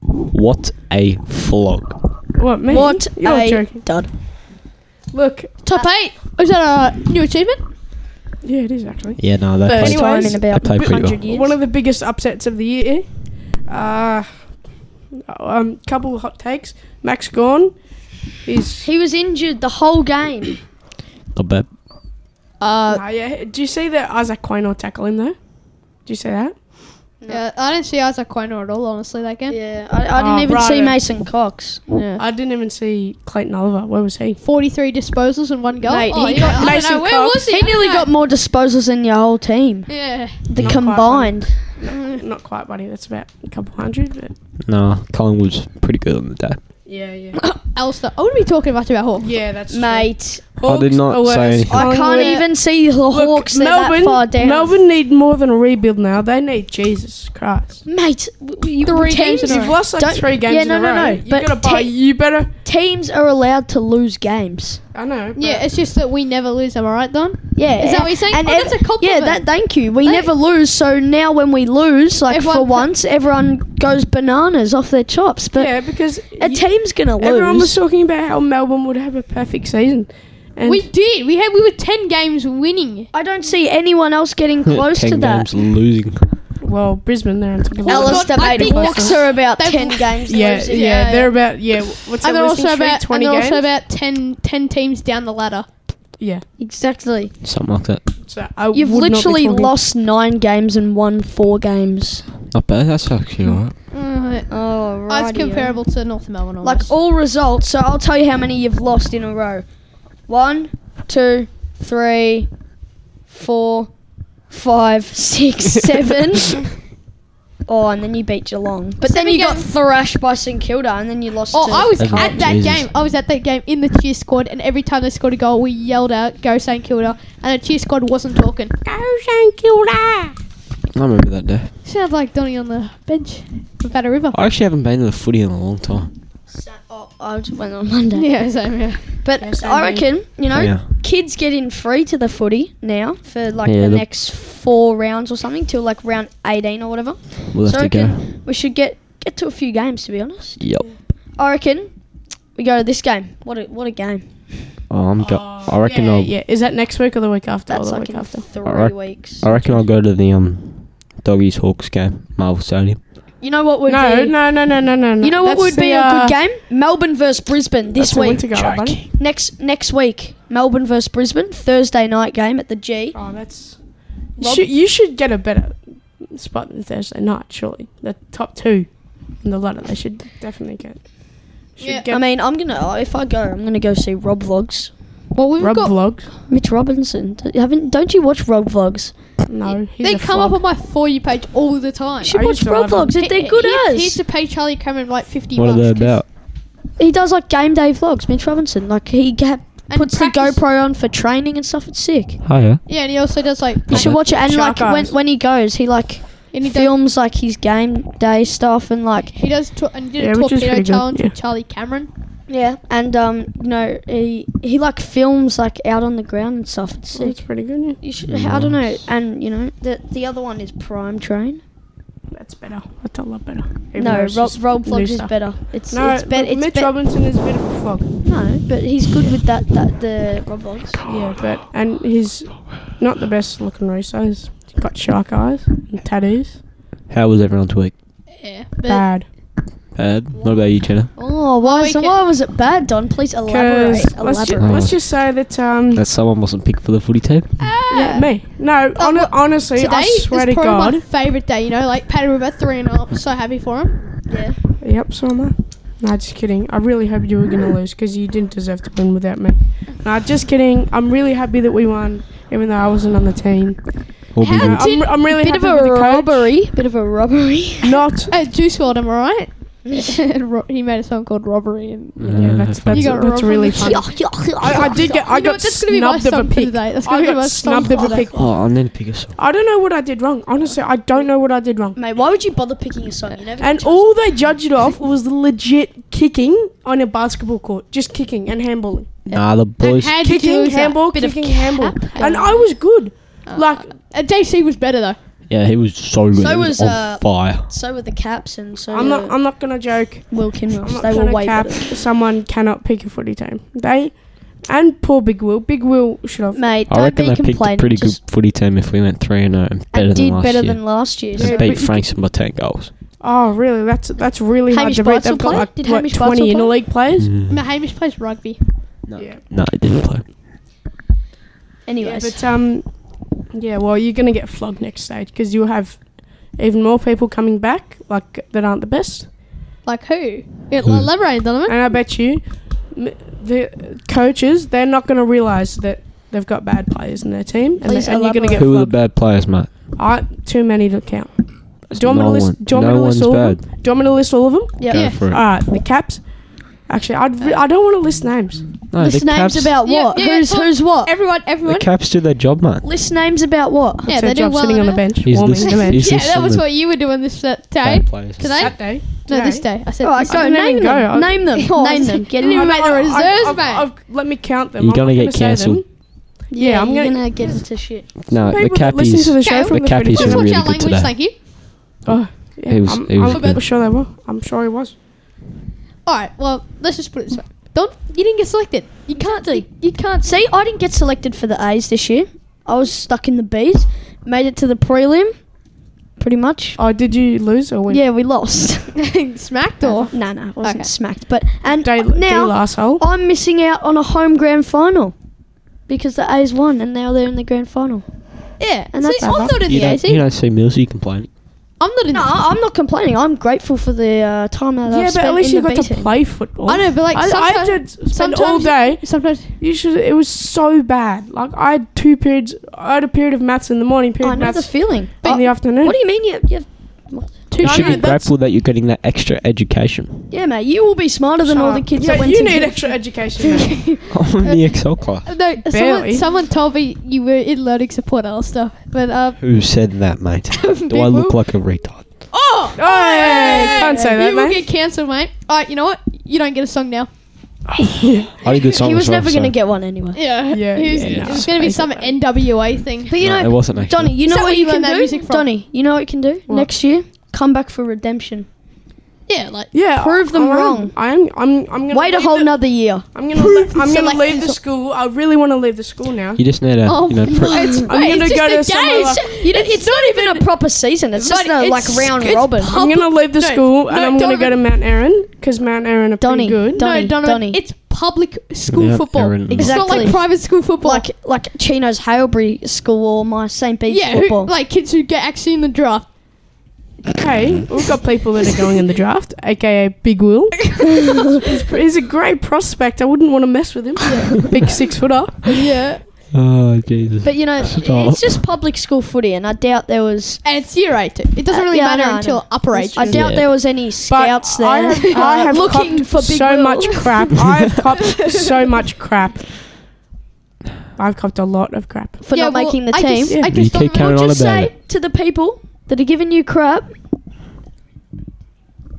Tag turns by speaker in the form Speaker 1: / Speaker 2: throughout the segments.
Speaker 1: What a flog.
Speaker 2: What me? Oh,
Speaker 3: What
Speaker 2: You're
Speaker 3: a
Speaker 2: joking.
Speaker 3: dud.
Speaker 2: Look.
Speaker 3: Top
Speaker 4: Uh,
Speaker 3: eight. Is that a new achievement?
Speaker 2: Yeah, it is actually.
Speaker 1: Yeah, no, they
Speaker 2: First
Speaker 1: played,
Speaker 3: First
Speaker 2: Anyways,
Speaker 3: time in
Speaker 1: they
Speaker 3: about
Speaker 1: played pretty well.
Speaker 3: hundred years.
Speaker 2: One of the biggest upsets of the year. Uh, um, couple of hot takes. Max gone. He's.
Speaker 3: he was injured the whole game.
Speaker 1: Not bad.
Speaker 4: Uh,
Speaker 2: Nah, yeah. Do you see that Isaac Quaynor tackle him though? Do you see that?
Speaker 4: yeah, I didn't see Isaac Quaynor at all, honestly, that game.
Speaker 3: Yeah, I, I didn't
Speaker 2: Oh,
Speaker 3: even see
Speaker 2: righto.
Speaker 3: Mason Cox. Yeah.
Speaker 2: I didn't even see Clayton Oliver. Where was he?
Speaker 4: 43 disposals and one goal.
Speaker 3: Mate,
Speaker 4: oh,
Speaker 3: he
Speaker 4: yeah,
Speaker 3: got-
Speaker 4: I don't
Speaker 2: Mason
Speaker 4: know, where
Speaker 2: Cox.
Speaker 4: was he?
Speaker 3: He
Speaker 4: I don't
Speaker 3: nearly
Speaker 4: know.
Speaker 3: got more disposals than your whole team.
Speaker 4: Yeah.
Speaker 3: The
Speaker 2: Not quite
Speaker 3: combined.
Speaker 2: Not quite, buddy. That's about a couple hundred. But
Speaker 1: No, Collingwood's pretty good on the day.
Speaker 2: yeah, yeah.
Speaker 4: Ulster. I wouldn't be talking much about Hawks.
Speaker 2: Yeah, that's true.
Speaker 3: Mate,
Speaker 1: I did
Speaker 2: Hawks
Speaker 1: not
Speaker 2: are
Speaker 1: say
Speaker 2: worse.
Speaker 1: anything.
Speaker 3: I can't
Speaker 2: Collingwood-
Speaker 3: even see the
Speaker 2: Look,
Speaker 3: Hawks. They're
Speaker 2: Melbourne,
Speaker 3: that far down.
Speaker 2: Melbourne need more than a rebuild now. They need Jesus Christ.
Speaker 3: Mate, w- w- you,
Speaker 4: Three games
Speaker 3: teams,
Speaker 4: in a
Speaker 2: You've lost like
Speaker 3: Don't-
Speaker 2: three games
Speaker 3: yeah,
Speaker 2: in
Speaker 3: no,
Speaker 2: a
Speaker 3: no,
Speaker 2: row.
Speaker 3: no,
Speaker 2: You
Speaker 3: but
Speaker 2: gotta buy.
Speaker 3: te-
Speaker 2: you better.
Speaker 3: teams are allowed to lose games.
Speaker 2: I know. but-
Speaker 4: Yeah, it's just that we never lose, am I right, Don?
Speaker 3: Yeah.
Speaker 4: Is that what you're saying? Oh,
Speaker 3: ev-
Speaker 4: that's a compliment.
Speaker 3: Yeah, that, thank you. We
Speaker 4: Hey.
Speaker 3: never lose, so now when we lose, like for
Speaker 4: Everyone-
Speaker 3: once, everyone goes bananas off their chops. But
Speaker 2: yeah, because
Speaker 3: a
Speaker 2: you-
Speaker 3: team's gonna lose.
Speaker 2: everyone was talking about how Melbourne would have a perfect season, and
Speaker 4: We did. We had. We were 10 games winning.
Speaker 3: I don't see anyone else getting close
Speaker 1: Ten
Speaker 3: to that.
Speaker 1: games losing.
Speaker 2: well, Brisbane they're on top of the
Speaker 4: Alice-
Speaker 2: league.
Speaker 3: Alistair
Speaker 4: God, I
Speaker 3: made
Speaker 4: think
Speaker 3: Hawks are about
Speaker 4: they've-
Speaker 3: ten games.
Speaker 2: Yeah, yeah,
Speaker 3: losing.
Speaker 2: they're about yeah. What's that
Speaker 4: And they're
Speaker 2: losing
Speaker 4: also
Speaker 2: streak?
Speaker 4: about, and
Speaker 2: Twenty
Speaker 4: they're
Speaker 2: games.
Speaker 4: also about 10, 10 teams down the ladder.
Speaker 2: yeah,
Speaker 3: exactly.
Speaker 1: Something like that.
Speaker 2: so I
Speaker 3: You've
Speaker 2: would not be
Speaker 3: literally
Speaker 2: talking-
Speaker 3: lost nine games and won four games.
Speaker 1: Not bad. That's actually alright.
Speaker 3: Oh,
Speaker 4: Oh, it's comparable to North Melbourne.
Speaker 3: Like
Speaker 4: Almost.
Speaker 3: all results. So I'll tell you how many you've lost in a row. One, two, three, four, five, six, seven. Oh, and then you beat Geelong, but then
Speaker 4: Seven
Speaker 3: you got
Speaker 4: games.
Speaker 3: thrashed by St Kilda, and then you lost.
Speaker 4: Oh,
Speaker 3: to-
Speaker 4: I was
Speaker 1: Everyone-
Speaker 4: at that
Speaker 1: Jesus.
Speaker 4: game. I was at that game in the cheer squad, and every time they scored a goal, we yelled out "Go St Kilda," and the cheer squad wasn't talking.
Speaker 2: Oh,
Speaker 1: I remember that day.
Speaker 4: Sounds like Donny on the bench with Batter River.
Speaker 1: I actually haven't been to the footy in a long time.
Speaker 3: Oh, I just went on Monday.
Speaker 4: Yeah, same. Yeah.
Speaker 3: But
Speaker 2: Yeah, same
Speaker 3: I
Speaker 2: here.
Speaker 3: reckon, you know,
Speaker 1: Yeah.
Speaker 3: kids getting free to the footy now for like
Speaker 1: Yeah,
Speaker 3: the,
Speaker 1: the-
Speaker 3: next four rounds or something till like round 18 or whatever.
Speaker 1: We'll have
Speaker 3: So
Speaker 1: to
Speaker 3: I
Speaker 1: go.
Speaker 3: reckon we should get get to a few games to be honest.
Speaker 1: Yep.
Speaker 3: I reckon we go to this game. What a, what a game.
Speaker 1: Oh, I'm go- I reckon
Speaker 2: Yeah,
Speaker 1: I'll.
Speaker 2: yeah. Is that next week or the week after?
Speaker 3: That's
Speaker 2: or the
Speaker 3: like
Speaker 2: week
Speaker 3: in
Speaker 2: after.
Speaker 3: three
Speaker 1: Alright.
Speaker 3: weeks.
Speaker 1: I reckon I'll go to the um, doggies Hawks game, Marvel Stadium.
Speaker 3: You know what would
Speaker 2: No,
Speaker 3: be
Speaker 2: no, no, no, no, no. no.
Speaker 3: You know what
Speaker 2: That's
Speaker 3: would be
Speaker 2: the,
Speaker 3: a
Speaker 2: uh,
Speaker 3: good game? Melbourne versus Brisbane this
Speaker 2: that's a
Speaker 3: week.
Speaker 2: winter goal, buddy.
Speaker 3: Next next week, Melbourne versus Brisbane Thursday night game at the G.
Speaker 2: Oh, that's. You
Speaker 3: Mm. Rob-
Speaker 2: should, you should get a better spot than Thursday night, surely. The top two in the ladder, they should definitely get. Should
Speaker 4: Yeah,
Speaker 2: get
Speaker 3: I mean, I'm gonna if I go, I'm gonna go see Rob vlogs.
Speaker 4: Well, we've
Speaker 2: Rob
Speaker 4: got.
Speaker 2: vlogs.
Speaker 3: Mitch Robinson. D- Haven't don't you watch Rob vlogs?
Speaker 2: No, he's
Speaker 4: they
Speaker 2: a
Speaker 4: come
Speaker 2: flog.
Speaker 4: up on my for you page all the time.
Speaker 3: You should
Speaker 2: I
Speaker 3: watch
Speaker 2: used to
Speaker 3: Rob
Speaker 2: love 'em.
Speaker 3: vlogs if they're good
Speaker 4: he, He
Speaker 3: as.
Speaker 4: used to pay Charlie Cameron like fifty.
Speaker 1: What are
Speaker 4: bucks
Speaker 1: they
Speaker 4: 'cause-
Speaker 1: about?
Speaker 3: He does like game day vlogs. Mitch Robinson, like he ga-
Speaker 4: And
Speaker 3: puts the
Speaker 4: practice-
Speaker 3: GoPro on for training and stuff. It's sick. You
Speaker 1: Oh yeah.
Speaker 4: Yeah, and he also does like.
Speaker 1: Not
Speaker 3: should
Speaker 1: bad.
Speaker 3: watch it. And
Speaker 2: Shark
Speaker 3: like when,
Speaker 2: eyes.
Speaker 3: when he goes, he like
Speaker 4: And he does.
Speaker 3: films like his game day stuff and like
Speaker 4: He does. Tor- and he did
Speaker 2: Yeah,
Speaker 4: a
Speaker 2: which is
Speaker 4: torpedo
Speaker 2: pretty good,
Speaker 4: challenge
Speaker 2: yeah.
Speaker 4: with Charlie Cameron.
Speaker 3: yeah. And um, you know, he he like films like out on the ground and stuff. It's
Speaker 2: Oh, That's
Speaker 3: sick.
Speaker 2: pretty good. Yeah.
Speaker 3: You should. I don't know.
Speaker 1: Nice.
Speaker 3: And you know, the the other one is Prime Train.
Speaker 2: That's better. That's a lot better. Even though
Speaker 3: No,
Speaker 2: it's
Speaker 3: Rob
Speaker 2: just
Speaker 3: Rob
Speaker 2: new
Speaker 3: vlogs is
Speaker 2: stuff.
Speaker 3: better. It's
Speaker 2: No,
Speaker 3: it's better.
Speaker 2: look,
Speaker 3: It's
Speaker 2: Mitch
Speaker 3: bet-
Speaker 2: Robinson is a bit of a flog.
Speaker 3: No, but he's good with that that the Roblox.
Speaker 2: Yeah, but and he's not the best looking racer. He's got shark eyes and tattoos.
Speaker 1: How was everyone's week?
Speaker 4: Yeah, but
Speaker 2: Bad.
Speaker 1: Bad. What about you, Jenna?
Speaker 3: Oh, why?
Speaker 4: we
Speaker 3: so
Speaker 4: can-
Speaker 3: why was it bad, Don? Please elaborate.
Speaker 2: Because let's, ju-
Speaker 3: Elaborate.
Speaker 2: let's just say that um,
Speaker 1: That someone wasn't picked for the footy team.
Speaker 4: Ah!
Speaker 2: Yeah, me. No,
Speaker 4: Oh,
Speaker 2: hon-
Speaker 4: look,
Speaker 2: honestly,
Speaker 4: Today
Speaker 2: I swear
Speaker 4: is
Speaker 2: to
Speaker 4: probably
Speaker 2: God.
Speaker 4: my favorite day. You know, like Paddy River three and up. So happy for him.
Speaker 3: yeah.
Speaker 2: Yep, so am I. Nah, just kidding. I really hope you were going to lose because you didn't deserve to win without me. Nah, just kidding. I'm really happy that we won, even though I wasn't on the team.
Speaker 1: We'll be
Speaker 4: How
Speaker 1: good.
Speaker 2: I'm,
Speaker 4: did-
Speaker 2: I'm really
Speaker 3: Bit of
Speaker 2: happy
Speaker 3: a
Speaker 2: with the coach.
Speaker 3: robbery. Bit of a robbery.
Speaker 2: Not.
Speaker 4: At Juice World, am I right? And ro- he made a song called Robbery, and
Speaker 2: Yeah, that's, that's,
Speaker 4: You got
Speaker 2: that's
Speaker 4: robbed
Speaker 2: really
Speaker 4: from
Speaker 2: funny.
Speaker 4: the-
Speaker 2: I, I did get. I
Speaker 4: You know
Speaker 2: got
Speaker 4: what, that's gonna be my
Speaker 2: snubbed of a
Speaker 4: song for
Speaker 2: pick.
Speaker 4: today. That's
Speaker 2: I
Speaker 4: gonna be my
Speaker 2: got
Speaker 4: song
Speaker 2: snubbed of
Speaker 4: for
Speaker 2: a pick.
Speaker 1: Oh, I need to pick a song.
Speaker 2: I don't know what I did wrong. Honestly, I don't know what I did wrong.
Speaker 3: Mate, why would you bother picking a song? You never.
Speaker 2: And all they judged it off was legit kicking on a basketball court, just kicking and handballing.
Speaker 1: Nah, the boys.
Speaker 4: how did you
Speaker 2: kicking
Speaker 4: lose that
Speaker 2: handball,
Speaker 4: bit
Speaker 2: kicking
Speaker 4: of
Speaker 2: handball,
Speaker 4: cap?
Speaker 3: Oh,
Speaker 2: and I was good. like
Speaker 4: Uh, JC was better though.
Speaker 1: Yeah, he was so good.
Speaker 3: So
Speaker 1: He
Speaker 3: was,
Speaker 1: on
Speaker 3: uh,
Speaker 1: fire.
Speaker 3: So were the caps and so
Speaker 2: I'm
Speaker 3: were
Speaker 2: not. I'm not gonna joke.
Speaker 3: Will Kinross.
Speaker 2: I'm not
Speaker 3: they were
Speaker 2: gonna
Speaker 3: way
Speaker 2: cap.
Speaker 3: better.
Speaker 2: Someone cannot pick a footy team. They and poor Big Will. Big Will should have.
Speaker 3: Mate,
Speaker 1: I
Speaker 3: don't
Speaker 1: reckon
Speaker 3: be
Speaker 1: they picked a
Speaker 3: complaining.
Speaker 1: pretty
Speaker 3: Just
Speaker 1: good footy team if we went 3 and 0 and better than
Speaker 3: and did
Speaker 1: last
Speaker 3: better
Speaker 1: year.
Speaker 3: than last year.
Speaker 1: They
Speaker 2: Yeah,
Speaker 3: So
Speaker 2: but you
Speaker 1: beat
Speaker 2: could-
Speaker 1: Frankston by 10 goals.
Speaker 2: Oh, really? That's that's really hard
Speaker 3: Hamish
Speaker 2: to beat.
Speaker 3: Barnes
Speaker 2: They've
Speaker 3: will
Speaker 2: got
Speaker 3: play?
Speaker 2: like
Speaker 3: Did
Speaker 2: what,
Speaker 3: Hamish Barnes
Speaker 2: 20
Speaker 3: will play?
Speaker 2: interleague players.
Speaker 4: No, Hamish plays rugby.
Speaker 1: No.
Speaker 2: Yeah.
Speaker 1: No, he didn't play.
Speaker 2: Yeah,
Speaker 3: anyways,
Speaker 2: but um, yeah. Well, you're gonna get flogged next stage because you'll have even more people coming back like that aren't the best.
Speaker 4: Like who? Yeah,
Speaker 1: Who?
Speaker 4: elaborate, Donovan.
Speaker 2: And I bet you, m- the coaches they're not gonna realise that they've got bad players in their team, and,
Speaker 3: Please
Speaker 2: they, and you're gonna
Speaker 3: elaborate.
Speaker 2: get
Speaker 1: Who were the
Speaker 2: flogged.
Speaker 1: bad players, mate?
Speaker 2: I, too many to count. Do you want me
Speaker 1: No
Speaker 2: to
Speaker 1: one-
Speaker 2: list? Do you want me
Speaker 1: no
Speaker 2: to list
Speaker 1: one's
Speaker 2: all
Speaker 1: bad.
Speaker 2: of them? Do you want me to list all of them?
Speaker 3: yeah.
Speaker 1: Go
Speaker 4: Yeah.
Speaker 1: for it.
Speaker 2: All right, the Caps. Actually, I'd re- I don't want to list names.
Speaker 1: no,
Speaker 3: list
Speaker 1: the
Speaker 3: names
Speaker 1: Caps,
Speaker 3: about
Speaker 4: Yeah,
Speaker 3: what?
Speaker 4: yeah,
Speaker 3: who's
Speaker 4: fuck.
Speaker 3: who's what?
Speaker 4: Everyone, everyone.
Speaker 1: The Caps do their job, mate.
Speaker 3: list names about what?
Speaker 4: Yeah,
Speaker 2: It's their
Speaker 4: they do
Speaker 2: job
Speaker 4: well
Speaker 2: sitting on the
Speaker 4: enough.
Speaker 2: bench,
Speaker 1: He's
Speaker 2: warming
Speaker 1: listening.
Speaker 2: the bench.
Speaker 1: He's
Speaker 4: yeah,
Speaker 1: listening.
Speaker 4: that was what you were doing this uh, day.
Speaker 1: Bad players.
Speaker 4: Today?
Speaker 2: Saturday.
Speaker 4: No, this day. I said.
Speaker 3: Oh, I
Speaker 4: this
Speaker 2: I
Speaker 3: don't
Speaker 2: didn't
Speaker 3: name
Speaker 2: even
Speaker 3: them.
Speaker 2: go. I-
Speaker 3: name them.
Speaker 4: Oh, I
Speaker 3: name
Speaker 4: just-
Speaker 3: them. Get
Speaker 4: You
Speaker 3: in
Speaker 4: No, made the
Speaker 2: I- I-
Speaker 4: reserves,
Speaker 2: I've-
Speaker 4: mate.
Speaker 2: I've- Let me count them.
Speaker 1: You're
Speaker 2: I'm not
Speaker 1: gonna get
Speaker 2: say them.
Speaker 1: cancelled.
Speaker 2: Yeah, I'm
Speaker 3: you're
Speaker 2: gonna.
Speaker 3: gonna get into shit.
Speaker 1: No, Uh, the
Speaker 2: People that
Speaker 1: Cappies.
Speaker 2: listen to the
Speaker 4: Okay,
Speaker 2: show from
Speaker 1: the
Speaker 2: the
Speaker 1: Cappies
Speaker 4: Let's
Speaker 1: were
Speaker 4: watch
Speaker 1: really
Speaker 4: our
Speaker 1: good
Speaker 4: language.
Speaker 1: today.
Speaker 4: Thank you.
Speaker 2: Oh, yeah.
Speaker 1: He was-
Speaker 2: I'm,
Speaker 1: he was
Speaker 2: I'm
Speaker 1: good.
Speaker 2: sure they were. I'm sure he was.
Speaker 4: All right. Well, let's just put it this way. Don't. You didn't get selected.
Speaker 3: You can't. You, you can't. See, I didn't get selected for the A's this year. I was stuck in the B's. Made it to the prelim, pretty much.
Speaker 2: Oh, did you lose or win?
Speaker 3: Yeah, we lost.
Speaker 4: Smacked or
Speaker 3: No, no, I wasn't
Speaker 4: Okay.
Speaker 3: smacked. But and
Speaker 2: Day,
Speaker 3: now oh,
Speaker 2: day asshole.
Speaker 3: I'm missing out on a home grand final because the A's won and now they're in the grand final.
Speaker 4: yeah.
Speaker 3: And
Speaker 4: See,
Speaker 3: that's
Speaker 4: I'm
Speaker 3: over.
Speaker 4: not in
Speaker 1: You
Speaker 4: the
Speaker 1: don't, you
Speaker 4: AC.
Speaker 1: don't see Millsy complaining.
Speaker 4: I'm not in.
Speaker 3: No, I- I'm not complaining. I'm grateful for the uh, time that
Speaker 2: Yeah,
Speaker 3: I've
Speaker 2: but
Speaker 3: spent
Speaker 2: at least
Speaker 3: in
Speaker 2: you
Speaker 3: the
Speaker 2: got
Speaker 3: B
Speaker 2: to
Speaker 3: team.
Speaker 2: play football.
Speaker 4: I know, but like
Speaker 2: I, I
Speaker 4: sometimes,
Speaker 2: did spend
Speaker 4: sometimes
Speaker 2: all day.
Speaker 4: Sometimes
Speaker 2: You should. It was so bad. Like I had two periods. I had a period of maths in the morning, period
Speaker 3: I
Speaker 2: of
Speaker 3: know the
Speaker 2: maths
Speaker 3: feeling.
Speaker 2: in the afternoon.
Speaker 3: What do you mean? You, you,
Speaker 4: two
Speaker 1: you
Speaker 2: No,
Speaker 1: should
Speaker 2: no,
Speaker 1: be
Speaker 2: that's-
Speaker 1: grateful that you're getting that extra education.
Speaker 3: yeah, mate. You will be smarter than all the kids
Speaker 2: Yeah,
Speaker 3: that went
Speaker 2: you
Speaker 3: to
Speaker 2: need
Speaker 3: the-
Speaker 2: extra education. mate.
Speaker 1: I'm in the Excel class.
Speaker 4: No, someone,
Speaker 2: Barely.
Speaker 4: someone told me you were in learning support and all stuff. But um,
Speaker 1: Who said that, mate? Do I look like a retard?
Speaker 2: Oh,
Speaker 4: oh,
Speaker 2: hey, can't say that,
Speaker 4: you will
Speaker 2: mate.
Speaker 4: get cancelled, mate. All right, you know what? You don't get a song now.
Speaker 1: I did good songs.
Speaker 3: He was
Speaker 1: as well,
Speaker 3: never going to
Speaker 1: so-
Speaker 3: get one anyway.
Speaker 4: Yeah,
Speaker 2: Yeah,
Speaker 4: He's,
Speaker 2: yeah, yeah.
Speaker 4: It's gonna be some NWA thing.
Speaker 3: But you
Speaker 1: No,
Speaker 3: know,
Speaker 1: it wasn't actually.
Speaker 3: Donny, you
Speaker 4: Is
Speaker 3: know
Speaker 4: that
Speaker 3: what
Speaker 4: where
Speaker 3: you
Speaker 4: you
Speaker 3: can
Speaker 4: learned that
Speaker 3: do.
Speaker 4: music from?
Speaker 3: Donny, you know what you can do
Speaker 2: What?
Speaker 3: next year. Come back for redemption.
Speaker 4: Yeah, like
Speaker 2: Yeah,
Speaker 3: Prove them
Speaker 2: I am.
Speaker 3: wrong.
Speaker 2: I am. I'm. I'm gonna
Speaker 3: Wait a
Speaker 2: leave
Speaker 3: whole
Speaker 2: the-
Speaker 3: nother year.
Speaker 2: I'm gonna. Le- I'm
Speaker 4: So,
Speaker 2: gonna
Speaker 4: like,
Speaker 2: leave the
Speaker 4: so-
Speaker 2: school. I really want to leave the school now.
Speaker 1: You just need a,
Speaker 4: oh,
Speaker 1: you know, pr-
Speaker 4: my- it's,
Speaker 2: I'm
Speaker 4: wait,
Speaker 2: gonna
Speaker 4: it's
Speaker 2: go to
Speaker 4: just a
Speaker 2: somewhere
Speaker 4: game.
Speaker 2: like-
Speaker 4: You don't-
Speaker 3: It's not even a proper season. It's
Speaker 4: It's
Speaker 3: just a,
Speaker 4: not-
Speaker 3: like
Speaker 4: it's-
Speaker 3: round
Speaker 4: it's
Speaker 3: robin.
Speaker 4: pub-
Speaker 2: I'm gonna leave the
Speaker 4: No,
Speaker 2: school and
Speaker 4: no,
Speaker 2: I'm gonna go to
Speaker 4: Donovan.
Speaker 2: Mount Aaron because Mount Aaron are
Speaker 3: Donny,
Speaker 2: pretty good.
Speaker 3: Donny,
Speaker 4: no, Donovan,
Speaker 3: Donny.
Speaker 4: it's public school
Speaker 1: Yeah,
Speaker 4: football.
Speaker 1: Aaron-
Speaker 4: It's not
Speaker 3: Exactly.
Speaker 4: like private school football.
Speaker 3: like like Chino's Halebury School or my St. Bede's
Speaker 4: yeah, who,
Speaker 3: football.
Speaker 4: like kids who get actually in the draft.
Speaker 2: Okay, we've got people that are going in the draft, aka Big Will. he's, pr- he's a great prospect. I wouldn't want to mess with him. Big six footer.
Speaker 4: yeah,
Speaker 1: oh Jesus.
Speaker 3: but you know,
Speaker 1: Stop.
Speaker 3: it's just public school footy, and I doubt there was.
Speaker 4: and it's year eight. It doesn't
Speaker 3: Uh,
Speaker 4: really
Speaker 3: yeah, I
Speaker 4: matter
Speaker 3: know, I
Speaker 4: until
Speaker 3: know.
Speaker 4: upper age.
Speaker 3: I doubt
Speaker 1: Yeah.
Speaker 3: there was any scouts
Speaker 2: I
Speaker 3: there.
Speaker 2: have, I
Speaker 3: uh,
Speaker 2: have
Speaker 3: looking
Speaker 2: copped
Speaker 3: for big
Speaker 2: so
Speaker 3: Will.
Speaker 2: much crap. I have copped so much crap. I've copped a lot of crap.
Speaker 3: for not making the
Speaker 4: I
Speaker 3: team.
Speaker 4: Guess, I
Speaker 1: You
Speaker 4: guess
Speaker 1: keep
Speaker 4: Donovan-
Speaker 1: carrying
Speaker 3: We'll
Speaker 1: on
Speaker 3: just
Speaker 1: about
Speaker 3: say
Speaker 1: it.
Speaker 3: to the people that are giving you crap,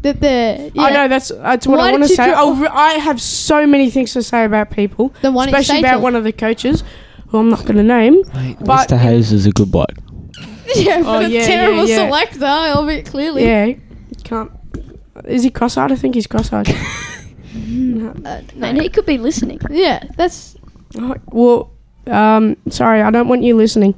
Speaker 4: that the yeah.
Speaker 2: I know that's that's what
Speaker 4: Why
Speaker 2: I want to
Speaker 4: did you
Speaker 2: say.
Speaker 4: draw-
Speaker 2: I'll re- I have so many things to say about people,
Speaker 4: Then why don't you
Speaker 2: especially
Speaker 4: say it
Speaker 2: about
Speaker 4: all?
Speaker 2: one of the coaches, who I'm not going to name.
Speaker 1: Mate,
Speaker 2: but-
Speaker 1: Mr. Hayes is a good bloke.
Speaker 4: yeah,
Speaker 2: Oh,
Speaker 4: but a
Speaker 2: yeah, yeah,
Speaker 4: terrible
Speaker 2: yeah.
Speaker 4: selector. I'll be clearly.
Speaker 2: Yeah, can't. Is he cross-eyed? I think he's cross-eyed. No.
Speaker 4: Uh, no.
Speaker 3: and he could be listening.
Speaker 4: Yeah, that's
Speaker 2: Oh, Well, um, sorry, I don't want you listening.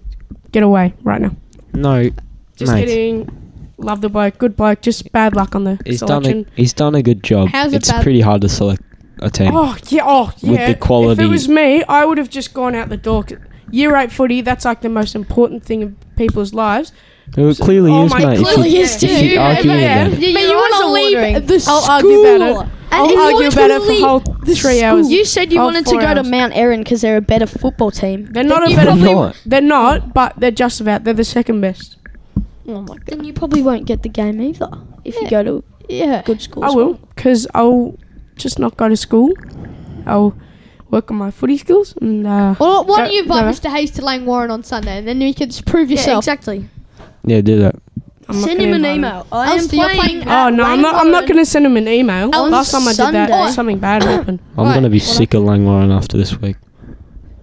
Speaker 2: Get away right now.
Speaker 1: No,
Speaker 2: Just
Speaker 1: mate.
Speaker 2: kidding. Love the bloke, good bloke. Just bad luck on the
Speaker 1: He's
Speaker 2: selection.
Speaker 1: done a he's done a good job.
Speaker 4: How's it
Speaker 1: it's
Speaker 4: bad-
Speaker 1: pretty hard to select a team.
Speaker 2: Oh yeah, oh yeah.
Speaker 1: the quality-
Speaker 2: If it was me, I would have just gone out the door. 'Cause Year eight footy, that's like the most important thing in people's lives.
Speaker 1: Well, it clearly
Speaker 2: oh
Speaker 1: is,
Speaker 2: my-
Speaker 1: mate. if you-
Speaker 2: clearly
Speaker 1: if
Speaker 2: is
Speaker 1: you,
Speaker 4: too.
Speaker 1: argue
Speaker 2: Yeah,
Speaker 1: about it.
Speaker 2: yeah.
Speaker 4: But you wanna leave the
Speaker 2: I'll
Speaker 4: school.
Speaker 2: argue about it.
Speaker 3: And
Speaker 2: I'll
Speaker 3: if you
Speaker 2: argue
Speaker 3: want
Speaker 2: about
Speaker 3: to
Speaker 2: it for
Speaker 3: leave
Speaker 2: whole three hours.
Speaker 3: You said you
Speaker 2: Oh,
Speaker 3: wanted to
Speaker 2: four
Speaker 3: go to
Speaker 2: hours.
Speaker 3: Mount Erin because they're a better football team.
Speaker 2: They're not
Speaker 4: Then
Speaker 2: a
Speaker 4: you
Speaker 2: better.
Speaker 1: probably-
Speaker 2: team. They're not, but they're just about. They're the second best.
Speaker 4: oh my god.
Speaker 3: Then you probably won't get the game either if you
Speaker 4: Yeah.
Speaker 3: go to
Speaker 4: Yeah,
Speaker 3: good schools.
Speaker 2: I will, because I'll just not go to school. I'll work on my footy skills and. Uh,
Speaker 4: Well, why don't
Speaker 2: Go-
Speaker 4: you invite
Speaker 2: no.
Speaker 4: Mr. Hayes to Lang Warren on Sunday, and then you can just prove
Speaker 3: Yeah,
Speaker 4: yourself.
Speaker 3: exactly.
Speaker 1: Yeah, do that.
Speaker 2: I'm not
Speaker 3: Send
Speaker 2: gonna
Speaker 3: him an
Speaker 2: invite
Speaker 3: email. I
Speaker 4: Elster, you're playing
Speaker 3: at
Speaker 2: Oh no, I'm not. I'm
Speaker 3: Langford.
Speaker 2: not going to send him an email.
Speaker 3: On
Speaker 2: Last time I did
Speaker 3: Sunday.
Speaker 2: that, something bad happened.
Speaker 1: I'm
Speaker 4: Right,
Speaker 1: gonna be
Speaker 4: well,
Speaker 1: sick of Langwarren after this week.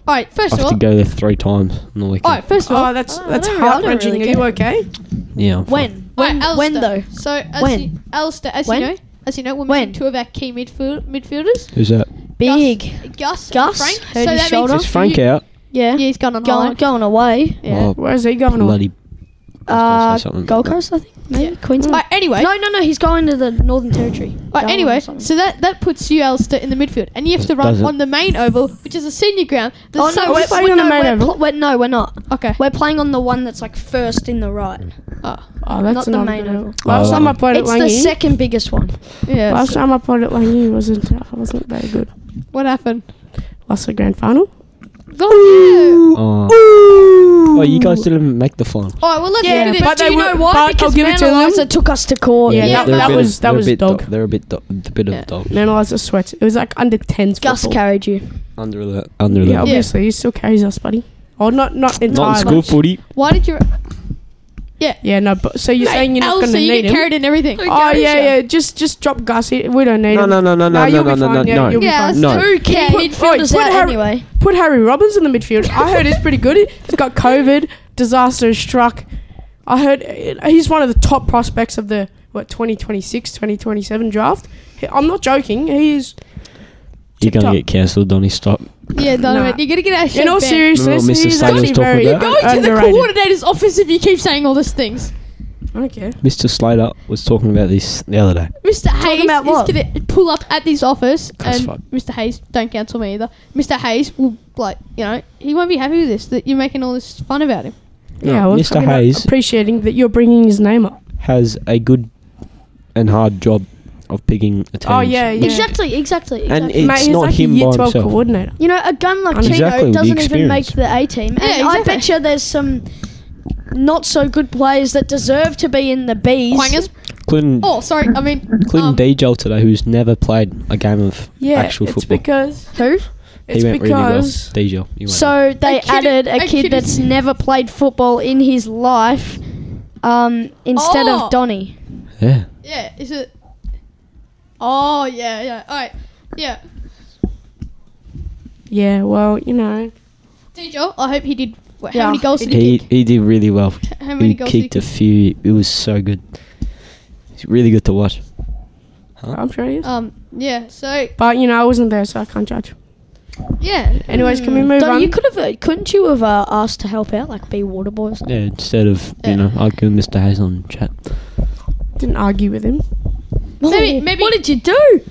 Speaker 4: All right, first
Speaker 1: I
Speaker 4: of
Speaker 1: have to
Speaker 4: all,
Speaker 1: go there three times on the
Speaker 4: all
Speaker 1: weekend.
Speaker 4: right, first of all,
Speaker 2: Oh, that's
Speaker 3: Oh,
Speaker 2: that's
Speaker 3: I don't really- I
Speaker 2: heart
Speaker 3: don't
Speaker 2: wrenching.
Speaker 3: really
Speaker 2: Are you
Speaker 3: get
Speaker 2: okay?
Speaker 1: Yeah. I'm fine.
Speaker 3: When?
Speaker 4: all right,
Speaker 3: When?
Speaker 4: Alistair.
Speaker 3: when though?
Speaker 4: So, as
Speaker 3: When?
Speaker 4: you, Alistair, as
Speaker 3: When?
Speaker 4: you know, as you know, we're
Speaker 3: When?
Speaker 4: missing two of our key midfield midfielders,
Speaker 1: Who's that?
Speaker 3: Big.
Speaker 4: Gus,
Speaker 3: Gus?
Speaker 4: and Frank.
Speaker 3: Hurt his shoulder?
Speaker 4: means
Speaker 1: Is Frank
Speaker 4: you-
Speaker 1: out?
Speaker 3: Yeah.
Speaker 4: Yeah, he's gone on
Speaker 3: Go,
Speaker 4: holiday.
Speaker 3: going away. Yeah.
Speaker 1: Oh,
Speaker 2: Where's he going? away?
Speaker 1: bloody. I
Speaker 3: uh,
Speaker 1: was gonna say something.
Speaker 3: Gold Coast, I think. Maybe Queensland.
Speaker 4: Alright, anyway,
Speaker 3: No, no, no. He's going to the Northern Territory.
Speaker 4: Right,
Speaker 3: Darwin or
Speaker 4: anyway,
Speaker 3: something.
Speaker 4: so that, that puts you, Alistair, in the midfield, and you have to
Speaker 1: Does- does
Speaker 4: run
Speaker 1: it?
Speaker 4: on the main oval, which is a senior ground. There's
Speaker 3: Oh,
Speaker 4: so
Speaker 3: no, we're,
Speaker 2: playing
Speaker 3: we're,
Speaker 2: on the
Speaker 3: no,
Speaker 2: main
Speaker 3: we're,
Speaker 2: oval?
Speaker 3: pl- we're, no, we're not.
Speaker 4: okay.
Speaker 3: We're playing on the one that's like first in the right.
Speaker 4: Oh,
Speaker 2: Oh, that's
Speaker 3: Not the
Speaker 2: not
Speaker 3: main
Speaker 2: good.
Speaker 3: oval.
Speaker 2: Last
Speaker 1: Oh.
Speaker 2: time I played
Speaker 3: it's
Speaker 2: at
Speaker 3: the
Speaker 2: Langy,
Speaker 3: second biggest one.
Speaker 4: yeah.
Speaker 2: last
Speaker 4: so-
Speaker 2: time I played at Langy wasn't uh, wasn't very good.
Speaker 4: what happened?
Speaker 2: Lost the grand final.
Speaker 4: Oh,
Speaker 1: Oh.
Speaker 2: Ooh.
Speaker 1: oh, you guys didn't make the final.
Speaker 4: well, let's
Speaker 2: Yeah,
Speaker 4: get it.
Speaker 2: but
Speaker 4: in.
Speaker 2: they
Speaker 3: do you
Speaker 2: were-
Speaker 3: know why?
Speaker 2: but
Speaker 3: Because
Speaker 2: I'll give it to them.
Speaker 3: Manaliza took us to court.
Speaker 2: Oh, Yeah,
Speaker 1: they're-
Speaker 2: that-
Speaker 1: they're a
Speaker 2: that
Speaker 1: bit-
Speaker 2: was- that
Speaker 1: they're a
Speaker 2: was
Speaker 1: bit
Speaker 2: dog.
Speaker 1: They're a bit do- a bit
Speaker 4: Yeah.
Speaker 1: of dog
Speaker 2: Man, I was a sweat. It was like under tens.
Speaker 3: Gus
Speaker 2: football.
Speaker 3: carried you.
Speaker 1: under the under
Speaker 2: Yeah,
Speaker 1: the.
Speaker 2: obviously he still carries us, buddy. Oh, not not
Speaker 1: Not in
Speaker 2: entirely.
Speaker 1: school footy.
Speaker 4: Why did you?
Speaker 2: Yeah, no. But so you're
Speaker 4: Mate,
Speaker 2: saying you're not
Speaker 4: Alistair,
Speaker 2: going to
Speaker 4: you
Speaker 2: need
Speaker 4: get
Speaker 2: him?
Speaker 4: carried in everything.
Speaker 3: Who
Speaker 2: Oh
Speaker 3: carries
Speaker 2: yeah,
Speaker 3: you?
Speaker 2: yeah. Just just drop Gus. He- We don't need
Speaker 1: No,
Speaker 2: him.
Speaker 1: no, no, no,
Speaker 2: Nah,
Speaker 1: no,
Speaker 2: you'll
Speaker 1: no,
Speaker 2: be
Speaker 1: no,
Speaker 2: fine.
Speaker 1: no,
Speaker 2: Yeah,
Speaker 1: no.
Speaker 2: you'll be
Speaker 4: Yeah,
Speaker 2: fine.
Speaker 1: No.
Speaker 3: Who
Speaker 4: Yeah,
Speaker 3: cares?
Speaker 4: he'd
Speaker 3: Midfielders
Speaker 2: put
Speaker 3: out
Speaker 2: Harry-
Speaker 3: anyway.
Speaker 2: Put Harry Robbins in the midfield. I heard he's pretty good. He's got COVID. Disaster has struck. I heard uh, he's one of the top prospects of the what 2026, 2027 draft. He- I'm not joking. He's
Speaker 1: You're gonna
Speaker 2: Tip-top.
Speaker 1: get cancelled, Donny. Stop.
Speaker 4: Yeah, Donovan,
Speaker 2: Nah.
Speaker 4: you're gonna get our shit
Speaker 2: in all
Speaker 4: banned.
Speaker 2: seriousness,
Speaker 1: Remember Mr.
Speaker 2: he's
Speaker 1: Stein was
Speaker 2: actually
Speaker 1: talking
Speaker 2: very
Speaker 1: about?
Speaker 4: Go to the
Speaker 2: underrated.
Speaker 4: coordinator's office if you keep saying all these things.
Speaker 2: I don't care.
Speaker 1: Mr. Slater was talking about this the other day.
Speaker 4: Mr. Hayes
Speaker 3: about what?
Speaker 4: is gonna pull up at this office,
Speaker 1: That's
Speaker 4: and
Speaker 1: fine.
Speaker 4: Mr. Hayes don't cancel me either. Mr. Hayes will like, you know, he won't be happy with this that you're making all this fun about him.
Speaker 2: Yeah, well,
Speaker 1: Mr.
Speaker 2: I mean, I'm
Speaker 1: Hayes
Speaker 2: appreciating that you're bringing his name up.
Speaker 1: has a good and hard job of picking a team.
Speaker 2: Oh, yeah, yeah.
Speaker 3: Exactly, exactly, exactly.
Speaker 1: And it's
Speaker 2: Mate, he's
Speaker 1: not
Speaker 2: like a
Speaker 1: him
Speaker 2: year
Speaker 1: by
Speaker 2: 12
Speaker 1: himself.
Speaker 2: coordinator.
Speaker 3: You know, a gun like
Speaker 1: Exactly,
Speaker 3: Chino
Speaker 1: with the
Speaker 3: doesn't even make
Speaker 1: experience.
Speaker 3: the A team. And
Speaker 4: Yeah,
Speaker 3: I
Speaker 4: exactly.
Speaker 3: bet you there's some not so good players that deserve to be in the B's.
Speaker 4: Quangers.
Speaker 1: Clinton,
Speaker 4: Oh, sorry. I mean,
Speaker 1: Clinton
Speaker 4: um,
Speaker 1: Dejol today, who's never played a game of
Speaker 2: Yeah,
Speaker 1: actual
Speaker 2: it's
Speaker 1: football.
Speaker 2: because
Speaker 3: Who?
Speaker 2: it's
Speaker 1: he went
Speaker 2: because
Speaker 1: really well. Dejol, you went well.
Speaker 3: So they
Speaker 4: A kid-
Speaker 3: added
Speaker 4: a
Speaker 3: a
Speaker 4: kid
Speaker 3: kid that's
Speaker 4: is-
Speaker 3: never played football in his life um, instead
Speaker 4: Oh.
Speaker 3: of Donny.
Speaker 1: yeah.
Speaker 4: Yeah, is it? Oh yeah, yeah. All right, yeah.
Speaker 2: yeah, well, you know,
Speaker 4: Dejo, oh, I hope he did. What,
Speaker 3: Yeah,
Speaker 4: how many goals did he,
Speaker 1: He
Speaker 4: kick?
Speaker 1: he did really well.
Speaker 4: How many
Speaker 1: He
Speaker 4: goals did he
Speaker 1: kicked a
Speaker 4: kick?
Speaker 1: few. It was so good. It's really good to watch.
Speaker 2: I'm sure he is.
Speaker 4: Um, yeah. So
Speaker 2: But, you know, I wasn't there, so I can't judge.
Speaker 4: yeah,
Speaker 2: Anyways, can we move
Speaker 3: Donny,
Speaker 2: on?
Speaker 3: you could have, uh, couldn't you have uh, asked to help out, like be water boy or something?
Speaker 1: Yeah, instead of
Speaker 4: Yeah.
Speaker 1: you know arguing with Mr. Hayes on chat.
Speaker 2: Didn't argue with him.
Speaker 4: Maybe-
Speaker 3: Oh,
Speaker 4: maybe-
Speaker 3: What did you do?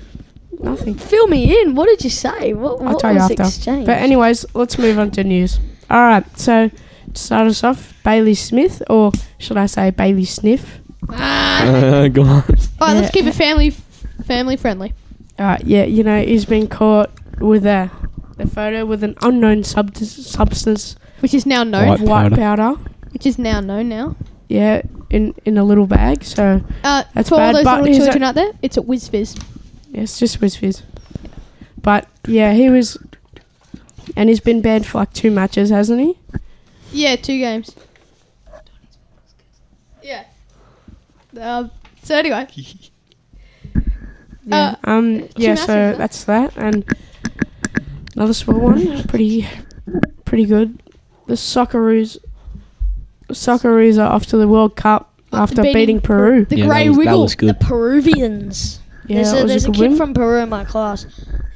Speaker 2: Nothing.
Speaker 3: Fill me in. What did you say? What, what
Speaker 2: I'll tell you
Speaker 3: was
Speaker 2: after.
Speaker 3: exchanged?
Speaker 2: But anyways, let's move on to news. All right, so to start us off, Bailey Smith, or should I say Bailey Sniff?
Speaker 4: Ah.
Speaker 1: Go on.
Speaker 4: all right,
Speaker 2: Yeah.
Speaker 4: let's keep it family, family friendly.
Speaker 2: All right, yeah, you know, he's been caught with a, a photo with an unknown sub- substance,
Speaker 4: Which is now known.
Speaker 1: White
Speaker 2: white
Speaker 1: powder.
Speaker 2: powder.
Speaker 4: Which is now known now.
Speaker 2: Yeah, in in a little bag. So
Speaker 4: Uh,
Speaker 2: That's
Speaker 4: for
Speaker 2: bad,
Speaker 4: all those
Speaker 2: but
Speaker 4: little
Speaker 2: is
Speaker 4: children out there, it's a whiz fizz.
Speaker 2: yeah, it's just whiz fizz. But yeah, he was, and he's been banned for like two matches, hasn't he?
Speaker 4: Yeah, two games. Yeah. Um, so anyway, Uh,
Speaker 2: Yeah. um. Yeah.
Speaker 4: matches,
Speaker 2: So
Speaker 4: huh?
Speaker 2: that's that, and another small one. Pretty, pretty good. The Socceroos, Socceroos are off to the World Cup after beating,
Speaker 4: beating
Speaker 2: Peru.
Speaker 4: the
Speaker 1: yeah,
Speaker 4: grey
Speaker 1: that was, that
Speaker 4: wiggle.
Speaker 1: was good.
Speaker 3: The Peruvians.
Speaker 2: yeah,
Speaker 3: there's
Speaker 2: that
Speaker 3: a,
Speaker 2: was
Speaker 3: there's a
Speaker 2: good
Speaker 3: kid
Speaker 2: win.
Speaker 3: from Peru in my class.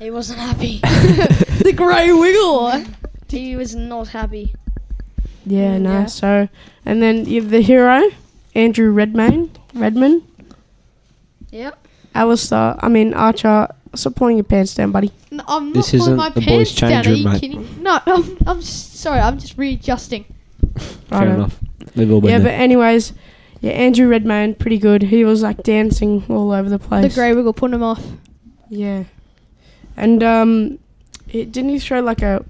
Speaker 3: He wasn't happy.
Speaker 4: the grey wiggle.
Speaker 3: he was not happy.
Speaker 2: Yeah.
Speaker 4: Mm,
Speaker 2: No.
Speaker 4: yeah.
Speaker 2: So, and then you have the hero, Andrew Redmayne, Redman,
Speaker 3: Yep.
Speaker 2: Alistair. I mean Archer. Stop pulling your pants down, buddy.
Speaker 4: No, I'm
Speaker 1: This
Speaker 4: not pulling
Speaker 1: isn't
Speaker 4: my
Speaker 1: the boys'
Speaker 4: pants
Speaker 1: change
Speaker 4: down. Are
Speaker 1: room,
Speaker 4: you
Speaker 1: mate.
Speaker 4: kidding? No, I'm, I'm s- sorry. I'm just readjusting.
Speaker 1: Fair
Speaker 2: Righto.
Speaker 1: enough. They've all been
Speaker 2: Yeah, but
Speaker 1: there.
Speaker 2: anyways, yeah, Andrew Redmayne, pretty good. He was like dancing all over the
Speaker 4: The
Speaker 2: place.
Speaker 4: grey wiggle put him off.
Speaker 2: Yeah, and um, it, didn't he throw like a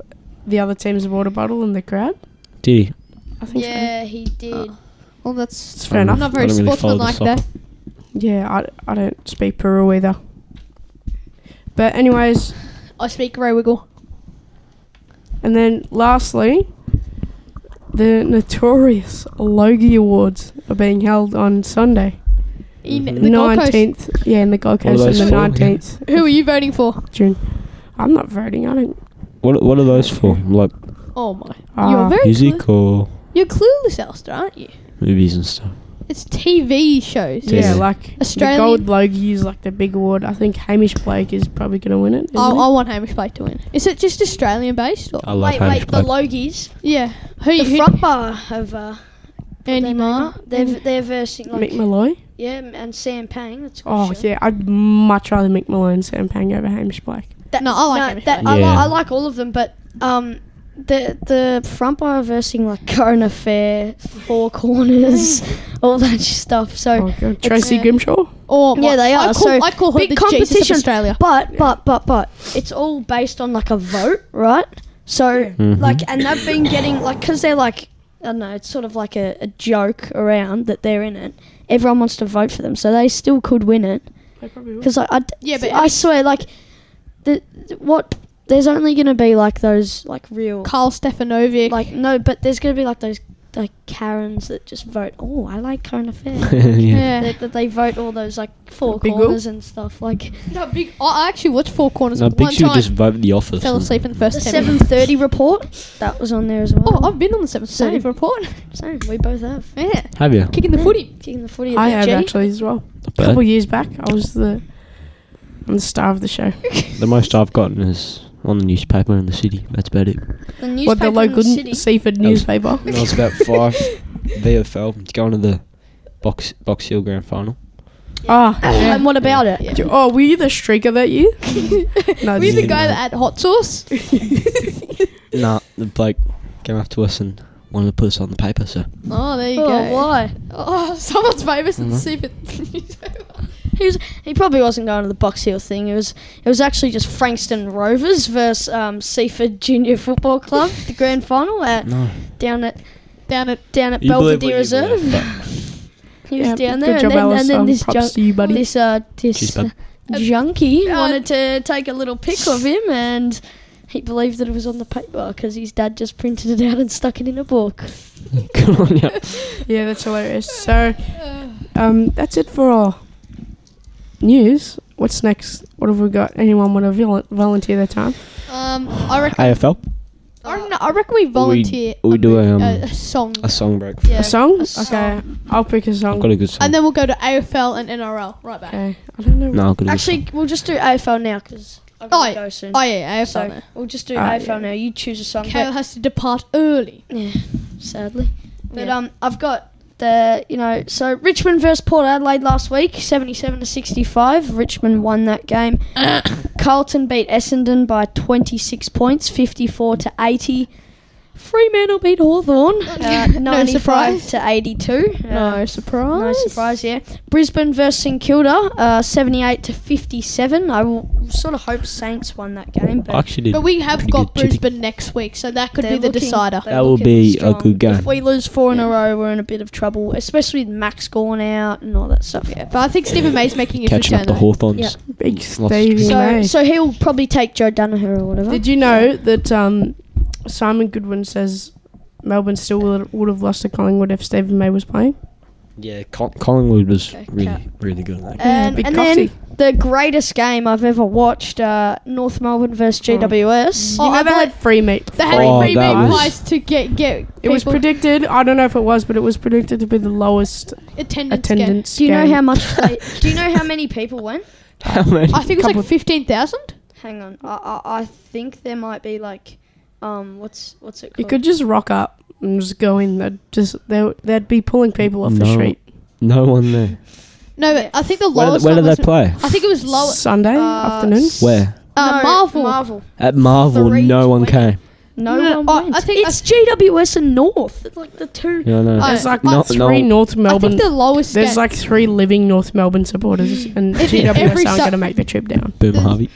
Speaker 2: the other team's water bottle in the crowd?
Speaker 1: Did he?
Speaker 2: I think
Speaker 3: Yeah, he did.
Speaker 4: Well, that's
Speaker 2: so. It's fair
Speaker 1: Um,
Speaker 2: enough.
Speaker 4: not
Speaker 1: Uh, I
Speaker 4: very
Speaker 1: don't really follow the
Speaker 4: sportsmanlike there.
Speaker 2: Yeah, I, I don't speak Peru either. But anyways,
Speaker 4: I speak grey wiggle.
Speaker 2: and then lastly, the notorious Logie Awards are being held on Sunday,
Speaker 4: In
Speaker 1: Mhm.
Speaker 4: the Gold Coast.
Speaker 2: nineteenth. Yeah, in the Gold
Speaker 1: What are
Speaker 2: Coast on
Speaker 1: those
Speaker 2: the
Speaker 1: for? Yeah.
Speaker 2: nineteenth
Speaker 4: Who are you voting for?
Speaker 2: June. I'm not voting. I don't
Speaker 1: What What are those for? Like
Speaker 4: Oh my.
Speaker 2: Ah.
Speaker 4: You're very
Speaker 1: Music
Speaker 4: clue-
Speaker 1: or
Speaker 4: You're clueless, Alistair, aren't you?
Speaker 1: movies and stuff.
Speaker 4: It's TV shows.
Speaker 1: Yeah.
Speaker 2: Yeah, like
Speaker 4: Australian-
Speaker 2: the gold logie is like the big award. I think Hamish Blake is probably going to win it. isn't
Speaker 4: I, I
Speaker 2: he?
Speaker 4: want Hamish Blake to win. Is it just Australian based? Or?
Speaker 1: I love
Speaker 3: Wait,
Speaker 1: Hamish
Speaker 3: wait, the
Speaker 1: Blake.
Speaker 3: Logies.
Speaker 4: Yeah. Who?
Speaker 3: The
Speaker 4: who
Speaker 3: front bar of uh,
Speaker 4: Andy Marr.
Speaker 3: They're, they're versing like
Speaker 2: Mick Malloy.
Speaker 3: yeah, and Sam Pang. That's a good
Speaker 2: Oh
Speaker 3: show.
Speaker 2: yeah, I'd much rather Mick Malloy and Sam Pang over Hamish Blake.
Speaker 3: That-
Speaker 4: No, I
Speaker 2: Oh,
Speaker 4: like Hamish
Speaker 3: that-
Speaker 1: Blake.
Speaker 3: I, li-
Speaker 1: Yeah.
Speaker 3: I like all of them, but um, the the front bar are versing like Current Affair, Four Corners, all that stuff. So
Speaker 2: Oh god, Tracy
Speaker 3: uh,
Speaker 4: yeah.
Speaker 2: Grimshaw.
Speaker 4: Or
Speaker 3: yeah, they
Speaker 4: oh, I
Speaker 3: are.
Speaker 4: call,
Speaker 3: so
Speaker 4: I call her
Speaker 3: big
Speaker 4: the
Speaker 3: competition.
Speaker 4: Jesus of Australia.
Speaker 3: But but but but it's all based on like a vote, right? So
Speaker 1: Mhm.
Speaker 3: like, and they've been getting like because they're like I don't know, it's sort of like a, a joke around that they're in it. Everyone wants to vote for them, so they still could win it.
Speaker 2: They probably will.
Speaker 3: Because like, I, d-
Speaker 4: Yeah, but
Speaker 3: I swear, like, the what? There's only gonna be like those like real
Speaker 4: Carl Stefanovic.
Speaker 3: like no, but there's gonna be like those like Karens that just vote. Oh, I like current affairs.
Speaker 1: yeah.
Speaker 4: yeah.
Speaker 3: That they, they vote all those like four
Speaker 2: Big whoop.
Speaker 3: corners and stuff. Like
Speaker 4: No, big. I I actually watched Four Corners
Speaker 1: No,
Speaker 4: one
Speaker 1: Big Shoe
Speaker 4: time.
Speaker 1: just voted the office.
Speaker 4: fell
Speaker 1: and-
Speaker 4: asleep in
Speaker 3: the
Speaker 4: the first ten
Speaker 3: seven
Speaker 4: minutes.
Speaker 3: thirty report that was on there as well.
Speaker 4: Oh, I've been on the seven thirty
Speaker 3: Same.
Speaker 4: report.
Speaker 3: so we both have
Speaker 4: Yeah,
Speaker 1: Have you?
Speaker 4: kicking the footy.
Speaker 3: kicking the footy. At
Speaker 2: I
Speaker 3: the
Speaker 2: have
Speaker 3: G.
Speaker 2: actually as well.
Speaker 1: Not
Speaker 2: A
Speaker 1: bad.
Speaker 2: couple years back, I was the I'm the star of the show.
Speaker 1: The most I've gotten is on the newspaper in the city. That's about it.
Speaker 3: The newspaper
Speaker 2: What the
Speaker 3: in
Speaker 2: local
Speaker 3: the city.
Speaker 2: Seaford
Speaker 1: That was-
Speaker 2: newspaper?
Speaker 1: When I was about five, VFL to go into the box box hill grand final.
Speaker 2: Ah, yeah.
Speaker 3: And what about it?
Speaker 4: Yeah.
Speaker 2: Do- oh, were you the streaker that year? no,
Speaker 4: Were you the
Speaker 1: Yeah.
Speaker 4: guy that had hot sauce?
Speaker 1: Nah, the bloke came up to us and wanted to put us on the paper. So
Speaker 4: Oh, there you
Speaker 3: Oh,
Speaker 4: go.
Speaker 3: why?
Speaker 4: Oh, someone's famous in
Speaker 1: Mhm.
Speaker 4: Seaford.
Speaker 3: He was. He probably wasn't going to the Box Hill thing. It was. It was actually just Frankston Rovers versus um, Seaford Junior Football Club, the grand final at
Speaker 1: no,
Speaker 3: down at
Speaker 4: Down at
Speaker 3: down at
Speaker 1: You believe what
Speaker 3: Belvedere
Speaker 1: you
Speaker 3: Reserve.
Speaker 1: believe,
Speaker 3: he was
Speaker 2: Yeah,
Speaker 3: down
Speaker 2: good
Speaker 3: there,
Speaker 2: job,
Speaker 3: and, then,
Speaker 2: Alice.
Speaker 3: and then
Speaker 2: Um,
Speaker 3: this
Speaker 2: props
Speaker 3: junk,
Speaker 2: to you, buddy.
Speaker 3: this uh, this
Speaker 1: Jeez,
Speaker 3: uh,
Speaker 1: bud.
Speaker 3: junkie
Speaker 4: Uh,
Speaker 3: wanted to take a little pic of him, and he believed that it was on the paper because his dad just printed it out and stuck it in a book.
Speaker 1: good on ya.
Speaker 2: Yeah, that's hilarious. So, um, that's it for our news. What's next? What have we got? Anyone want to vol- volunteer their time?
Speaker 4: um, I reckon.
Speaker 1: AFL.
Speaker 4: I, reckon I reckon we volunteer.
Speaker 1: we
Speaker 4: a
Speaker 1: do
Speaker 4: movie-
Speaker 1: um,
Speaker 4: a, a song.
Speaker 1: A song break.
Speaker 4: Yeah.
Speaker 2: A song?
Speaker 4: a
Speaker 2: Okay,
Speaker 4: song.
Speaker 2: I'll pick a
Speaker 1: I've
Speaker 2: song.
Speaker 1: got a good song.
Speaker 4: And then we'll go to AFL and NRL right back.
Speaker 2: okay, I don't know.
Speaker 1: no, I've got a good
Speaker 3: Actually, we'll just do AFL now because I've got
Speaker 4: Oh,
Speaker 3: to go soon.
Speaker 4: Oh yeah, AFL.
Speaker 3: so
Speaker 4: now.
Speaker 3: we'll just do
Speaker 2: Oh,
Speaker 3: AFL
Speaker 2: yeah.
Speaker 3: now. You choose a song. but-
Speaker 4: Kale has to depart early.
Speaker 3: Yeah, sadly. But
Speaker 4: Yeah.
Speaker 3: um, I've got the you know so Richmond versus Port Adelaide last week, seventy-seven to sixty-five. Richmond won that game. Carlton beat Essendon by twenty-six points, fifty-four to eighty. Fremantle beat Hawthorn, uh,
Speaker 4: No
Speaker 3: ninety-five
Speaker 4: surprise.
Speaker 3: to eighty-two. Uh,
Speaker 4: surprise.
Speaker 3: no surprise, yeah. Brisbane versus St Kilda, uh, seventy-eight to fifty-seven. I will sort of hope Saints won that game,
Speaker 1: song. I
Speaker 3: but
Speaker 1: actually did.
Speaker 4: But we have
Speaker 1: pretty good
Speaker 4: got
Speaker 1: chipping.
Speaker 4: Brisbane next week, so that could
Speaker 3: They're
Speaker 4: be the
Speaker 3: looking-
Speaker 4: decider.
Speaker 3: they're
Speaker 1: That will
Speaker 3: looking
Speaker 1: be a
Speaker 3: strong.
Speaker 1: good game.
Speaker 3: If we lose four in a row, we're in a bit of trouble, especially with Max gone out and all that stuff.
Speaker 4: Yeah, but I think Stephen May's making his
Speaker 1: catching
Speaker 4: return.
Speaker 1: up the
Speaker 4: though.
Speaker 1: Hawthorns.
Speaker 3: Yeah.
Speaker 2: Big
Speaker 1: Lost.
Speaker 2: Stevie
Speaker 3: So,
Speaker 2: May.
Speaker 3: so he'll probably take Joe Danaher or whatever.
Speaker 2: Did you know that um, Simon Goodwin says Melbourne still would, would have lost to Collingwood if Stephen May was playing?
Speaker 1: Yeah, Col- Collingwood was
Speaker 3: Okay,
Speaker 1: really,
Speaker 3: cat.
Speaker 1: really good.
Speaker 4: Uh,
Speaker 1: At that.
Speaker 3: And,
Speaker 2: Big
Speaker 3: and
Speaker 2: cocky.
Speaker 3: then the greatest game I've ever watched: uh, North Melbourne versus GWS.
Speaker 4: Oh,
Speaker 2: you
Speaker 4: I
Speaker 2: know they
Speaker 4: bet-
Speaker 2: had free meat.
Speaker 4: They had
Speaker 1: Oh,
Speaker 4: free
Speaker 1: that
Speaker 4: meat
Speaker 1: was-
Speaker 4: pies to get get.
Speaker 2: It was
Speaker 4: people
Speaker 2: predicted. I don't know if it was, but it was predicted to be the lowest
Speaker 4: attendance. game.
Speaker 2: attendance.
Speaker 3: Do you know
Speaker 2: game.
Speaker 3: how much? They, do you know how many people went?
Speaker 1: How many?
Speaker 4: I think it was
Speaker 2: Couple-
Speaker 4: like fifteen thousand.
Speaker 3: Hang on, I, I, I think there might be like, um, what's what's it
Speaker 2: You
Speaker 3: called?
Speaker 2: could just rock up and just go in. They'd just they they'd be pulling people off the
Speaker 1: No.
Speaker 2: street.
Speaker 1: no one there.
Speaker 4: No, but I think the
Speaker 1: Where, did-
Speaker 4: lowest.
Speaker 1: where did
Speaker 4: one
Speaker 1: they
Speaker 4: was-
Speaker 1: play?
Speaker 4: I think it was lower.
Speaker 2: Sunday afternoon.
Speaker 1: Where?
Speaker 4: Uh,
Speaker 3: No,
Speaker 4: Marvel.
Speaker 3: Marvel.
Speaker 1: At Marvel,
Speaker 3: Three
Speaker 1: no one
Speaker 3: twenty.
Speaker 1: came.
Speaker 3: No,
Speaker 4: No,
Speaker 3: one
Speaker 4: I-
Speaker 3: went.
Speaker 4: I think-
Speaker 3: it's GWS and North. It's like the two.
Speaker 1: Yeah, I know.
Speaker 4: Oh,
Speaker 2: There's like
Speaker 1: No-
Speaker 2: three
Speaker 1: no-
Speaker 2: North
Speaker 4: I think
Speaker 2: Melbourne.
Speaker 4: the lowest.
Speaker 2: There's
Speaker 4: game-
Speaker 2: like three living North Melbourne supporters, and
Speaker 4: If- if
Speaker 2: GWS
Speaker 4: every
Speaker 2: aren't
Speaker 4: Sun-
Speaker 2: going to make the trip down.
Speaker 1: Boom
Speaker 4: there's-
Speaker 1: Harvey.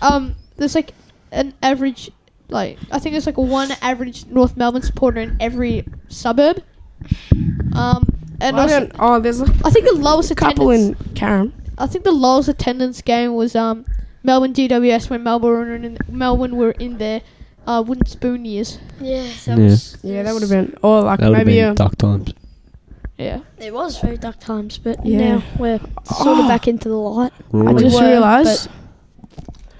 Speaker 4: um. There's like an average. Like I think there's like one average North Melbourne supporter in every suburb. Um. And
Speaker 2: I
Speaker 4: also,
Speaker 2: don't- oh, there's like
Speaker 4: I think the lowest
Speaker 2: a couple
Speaker 4: attendance.
Speaker 2: in Caram.
Speaker 4: I think the lowest attendance game was um Melbourne GWS when Melbourne were in, Melbourne were in their uh, wooden spoon years.
Speaker 3: Yeah,
Speaker 1: that Yeah. was-
Speaker 2: Yeah, that would have been. Or like
Speaker 1: That would have
Speaker 2: maybe
Speaker 1: been
Speaker 2: a.
Speaker 1: dark times.
Speaker 4: Yeah.
Speaker 3: It was very dark times, but
Speaker 2: Yeah.
Speaker 3: now we're sort of back into the light.
Speaker 2: I
Speaker 1: Rory.
Speaker 2: just
Speaker 3: were,
Speaker 2: realised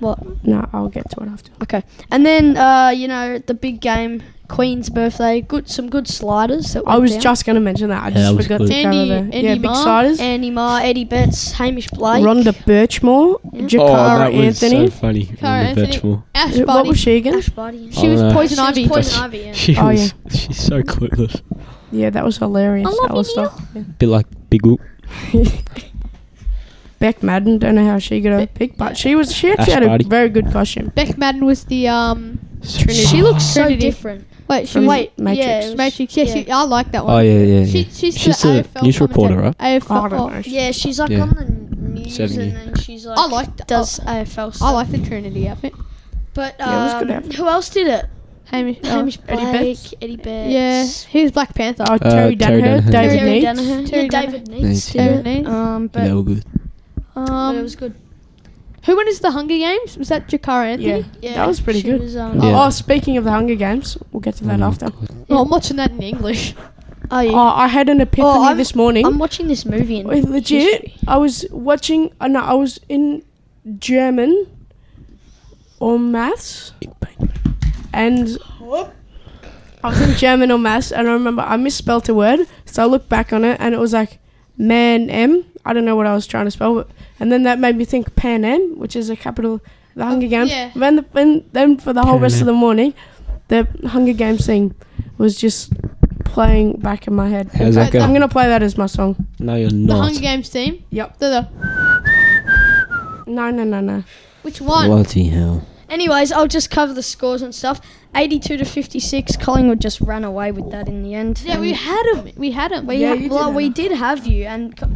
Speaker 3: What?
Speaker 2: No, I'll get to it after.
Speaker 3: Okay. And then uh, you know the big game, Queen's birthday. Good, some good sliders. That
Speaker 2: I
Speaker 3: went
Speaker 2: was
Speaker 3: down.
Speaker 2: just going to mention that. I
Speaker 1: Yeah,
Speaker 2: just
Speaker 1: that was
Speaker 2: forgot
Speaker 1: good.
Speaker 2: to cover
Speaker 4: Andy-
Speaker 2: there.
Speaker 4: Andy
Speaker 2: yeah, big
Speaker 4: Ma
Speaker 2: siders.
Speaker 3: Andy Marr, Eddie Betts, Hamish Blake.
Speaker 2: Rhonda Birchmore,
Speaker 3: Yeah.
Speaker 2: Jakara Anthony.
Speaker 1: Oh, so funny.
Speaker 4: Cara
Speaker 1: Rhonda
Speaker 4: Anthony.
Speaker 1: Birchmore.
Speaker 4: Ash
Speaker 2: Who- what
Speaker 4: Barty.
Speaker 2: was she again?
Speaker 3: Ash Barty.
Speaker 1: Oh,
Speaker 4: She was
Speaker 1: no.
Speaker 4: poison
Speaker 3: She was
Speaker 4: ivy.
Speaker 3: Poison Ivy. Yeah.
Speaker 1: She
Speaker 2: Oh,
Speaker 1: was, she's so clueless.
Speaker 2: Yeah, that was hilarious.
Speaker 3: I love
Speaker 2: that was
Speaker 3: you, Neil.
Speaker 2: stuff. Yeah.
Speaker 1: Bit like Big Whoop.
Speaker 2: Beck Madden, don't know how she got a pick, but she was she actually
Speaker 1: Ash
Speaker 2: had a
Speaker 1: Barty.
Speaker 2: very good costume.
Speaker 4: Beck Madden was the um.
Speaker 1: Trinity.
Speaker 3: She looks so
Speaker 4: Trinity.
Speaker 3: different.
Speaker 4: Wait, she
Speaker 2: From
Speaker 4: was
Speaker 3: Wait,
Speaker 2: Matrix.
Speaker 3: yeah, it was-
Speaker 4: Matrix. Yeah, She, I like that one.
Speaker 1: Oh yeah, yeah. yeah.
Speaker 4: She, she's,
Speaker 1: She's
Speaker 4: the
Speaker 1: a
Speaker 4: AFL
Speaker 1: news reporter,
Speaker 4: commentator.
Speaker 3: Oh,
Speaker 2: I
Speaker 4: AFL.
Speaker 2: don't know.
Speaker 3: Yeah, she's like
Speaker 1: Yeah.
Speaker 3: on the news
Speaker 1: Seven
Speaker 3: and
Speaker 1: year.
Speaker 3: then she's like.
Speaker 4: I liked- I-
Speaker 3: Does AFL stuff.
Speaker 4: I like the Trinity outfit.
Speaker 3: But um,
Speaker 2: Yeah, it was good outfit.
Speaker 3: who else did it?
Speaker 4: Hamish. oh.
Speaker 3: Hamish
Speaker 2: Eddie
Speaker 3: Blake,
Speaker 2: Betts.
Speaker 3: Eddie
Speaker 4: Yeah,
Speaker 3: Betts.
Speaker 4: he was Black Panther.
Speaker 2: Oh,
Speaker 1: Uh,
Speaker 2: Terry
Speaker 1: Terry
Speaker 2: Danaher,
Speaker 1: Danaher.
Speaker 2: David
Speaker 3: Terry
Speaker 2: Neitz.
Speaker 3: Danaher.
Speaker 4: Terry
Speaker 3: Yeah, David
Speaker 1: Neitz,
Speaker 3: Neitz. did
Speaker 1: yeah.
Speaker 3: it.
Speaker 4: David Neitz.
Speaker 3: Um,
Speaker 1: Yeah,
Speaker 3: but,
Speaker 1: they were good.
Speaker 3: but
Speaker 4: Um,
Speaker 3: it Uh, was good.
Speaker 4: who went into the Hunger Games? Was that Jakara
Speaker 2: Yeah,
Speaker 4: Anthony?
Speaker 3: Yeah,
Speaker 2: that was pretty
Speaker 3: she
Speaker 2: good.
Speaker 3: Was, um,
Speaker 1: Yeah.
Speaker 2: Oh, speaking of the Hunger Games, we'll get to that
Speaker 1: Oh,
Speaker 2: after.
Speaker 1: God.
Speaker 4: Oh, I'm watching that in English.
Speaker 3: Oh, yeah.
Speaker 2: Oh, I had an epiphany
Speaker 3: Oh, I'm-
Speaker 2: this morning.
Speaker 3: I'm watching this movie. In
Speaker 2: Wait, legit?
Speaker 3: history.
Speaker 2: I was watching. Uh, no, I was in German or maths, and I was in German or maths, and I remember I misspelled a word, so I looked back on it, and it was like man m. I don't know what I was trying to spell, but, and then that made me think pan m, which is a capital. The Hunger Games.
Speaker 4: yeah.
Speaker 2: Then, the, then, then for the whole
Speaker 1: Pan
Speaker 2: rest of
Speaker 1: Am.
Speaker 2: the morning, the Hunger Games thing was just playing back in my head.
Speaker 1: How's that
Speaker 4: go?
Speaker 2: I'm gonna play that as my song.
Speaker 1: No, you're
Speaker 4: The
Speaker 1: not.
Speaker 4: Hunger Games team.
Speaker 2: Yep.
Speaker 4: They're the
Speaker 2: No, no, no, no.
Speaker 4: which one?
Speaker 1: Bloody hell.
Speaker 3: Anyways, I'll just cover the scores and stuff. 82 to 56. Collingwood just ran away with that in the end.
Speaker 4: Yeah, we
Speaker 3: And
Speaker 4: had him. We had him.
Speaker 3: we
Speaker 2: Yeah,
Speaker 3: ha-
Speaker 2: you did
Speaker 3: well,
Speaker 2: have
Speaker 3: we
Speaker 2: him.
Speaker 3: did have you, and co-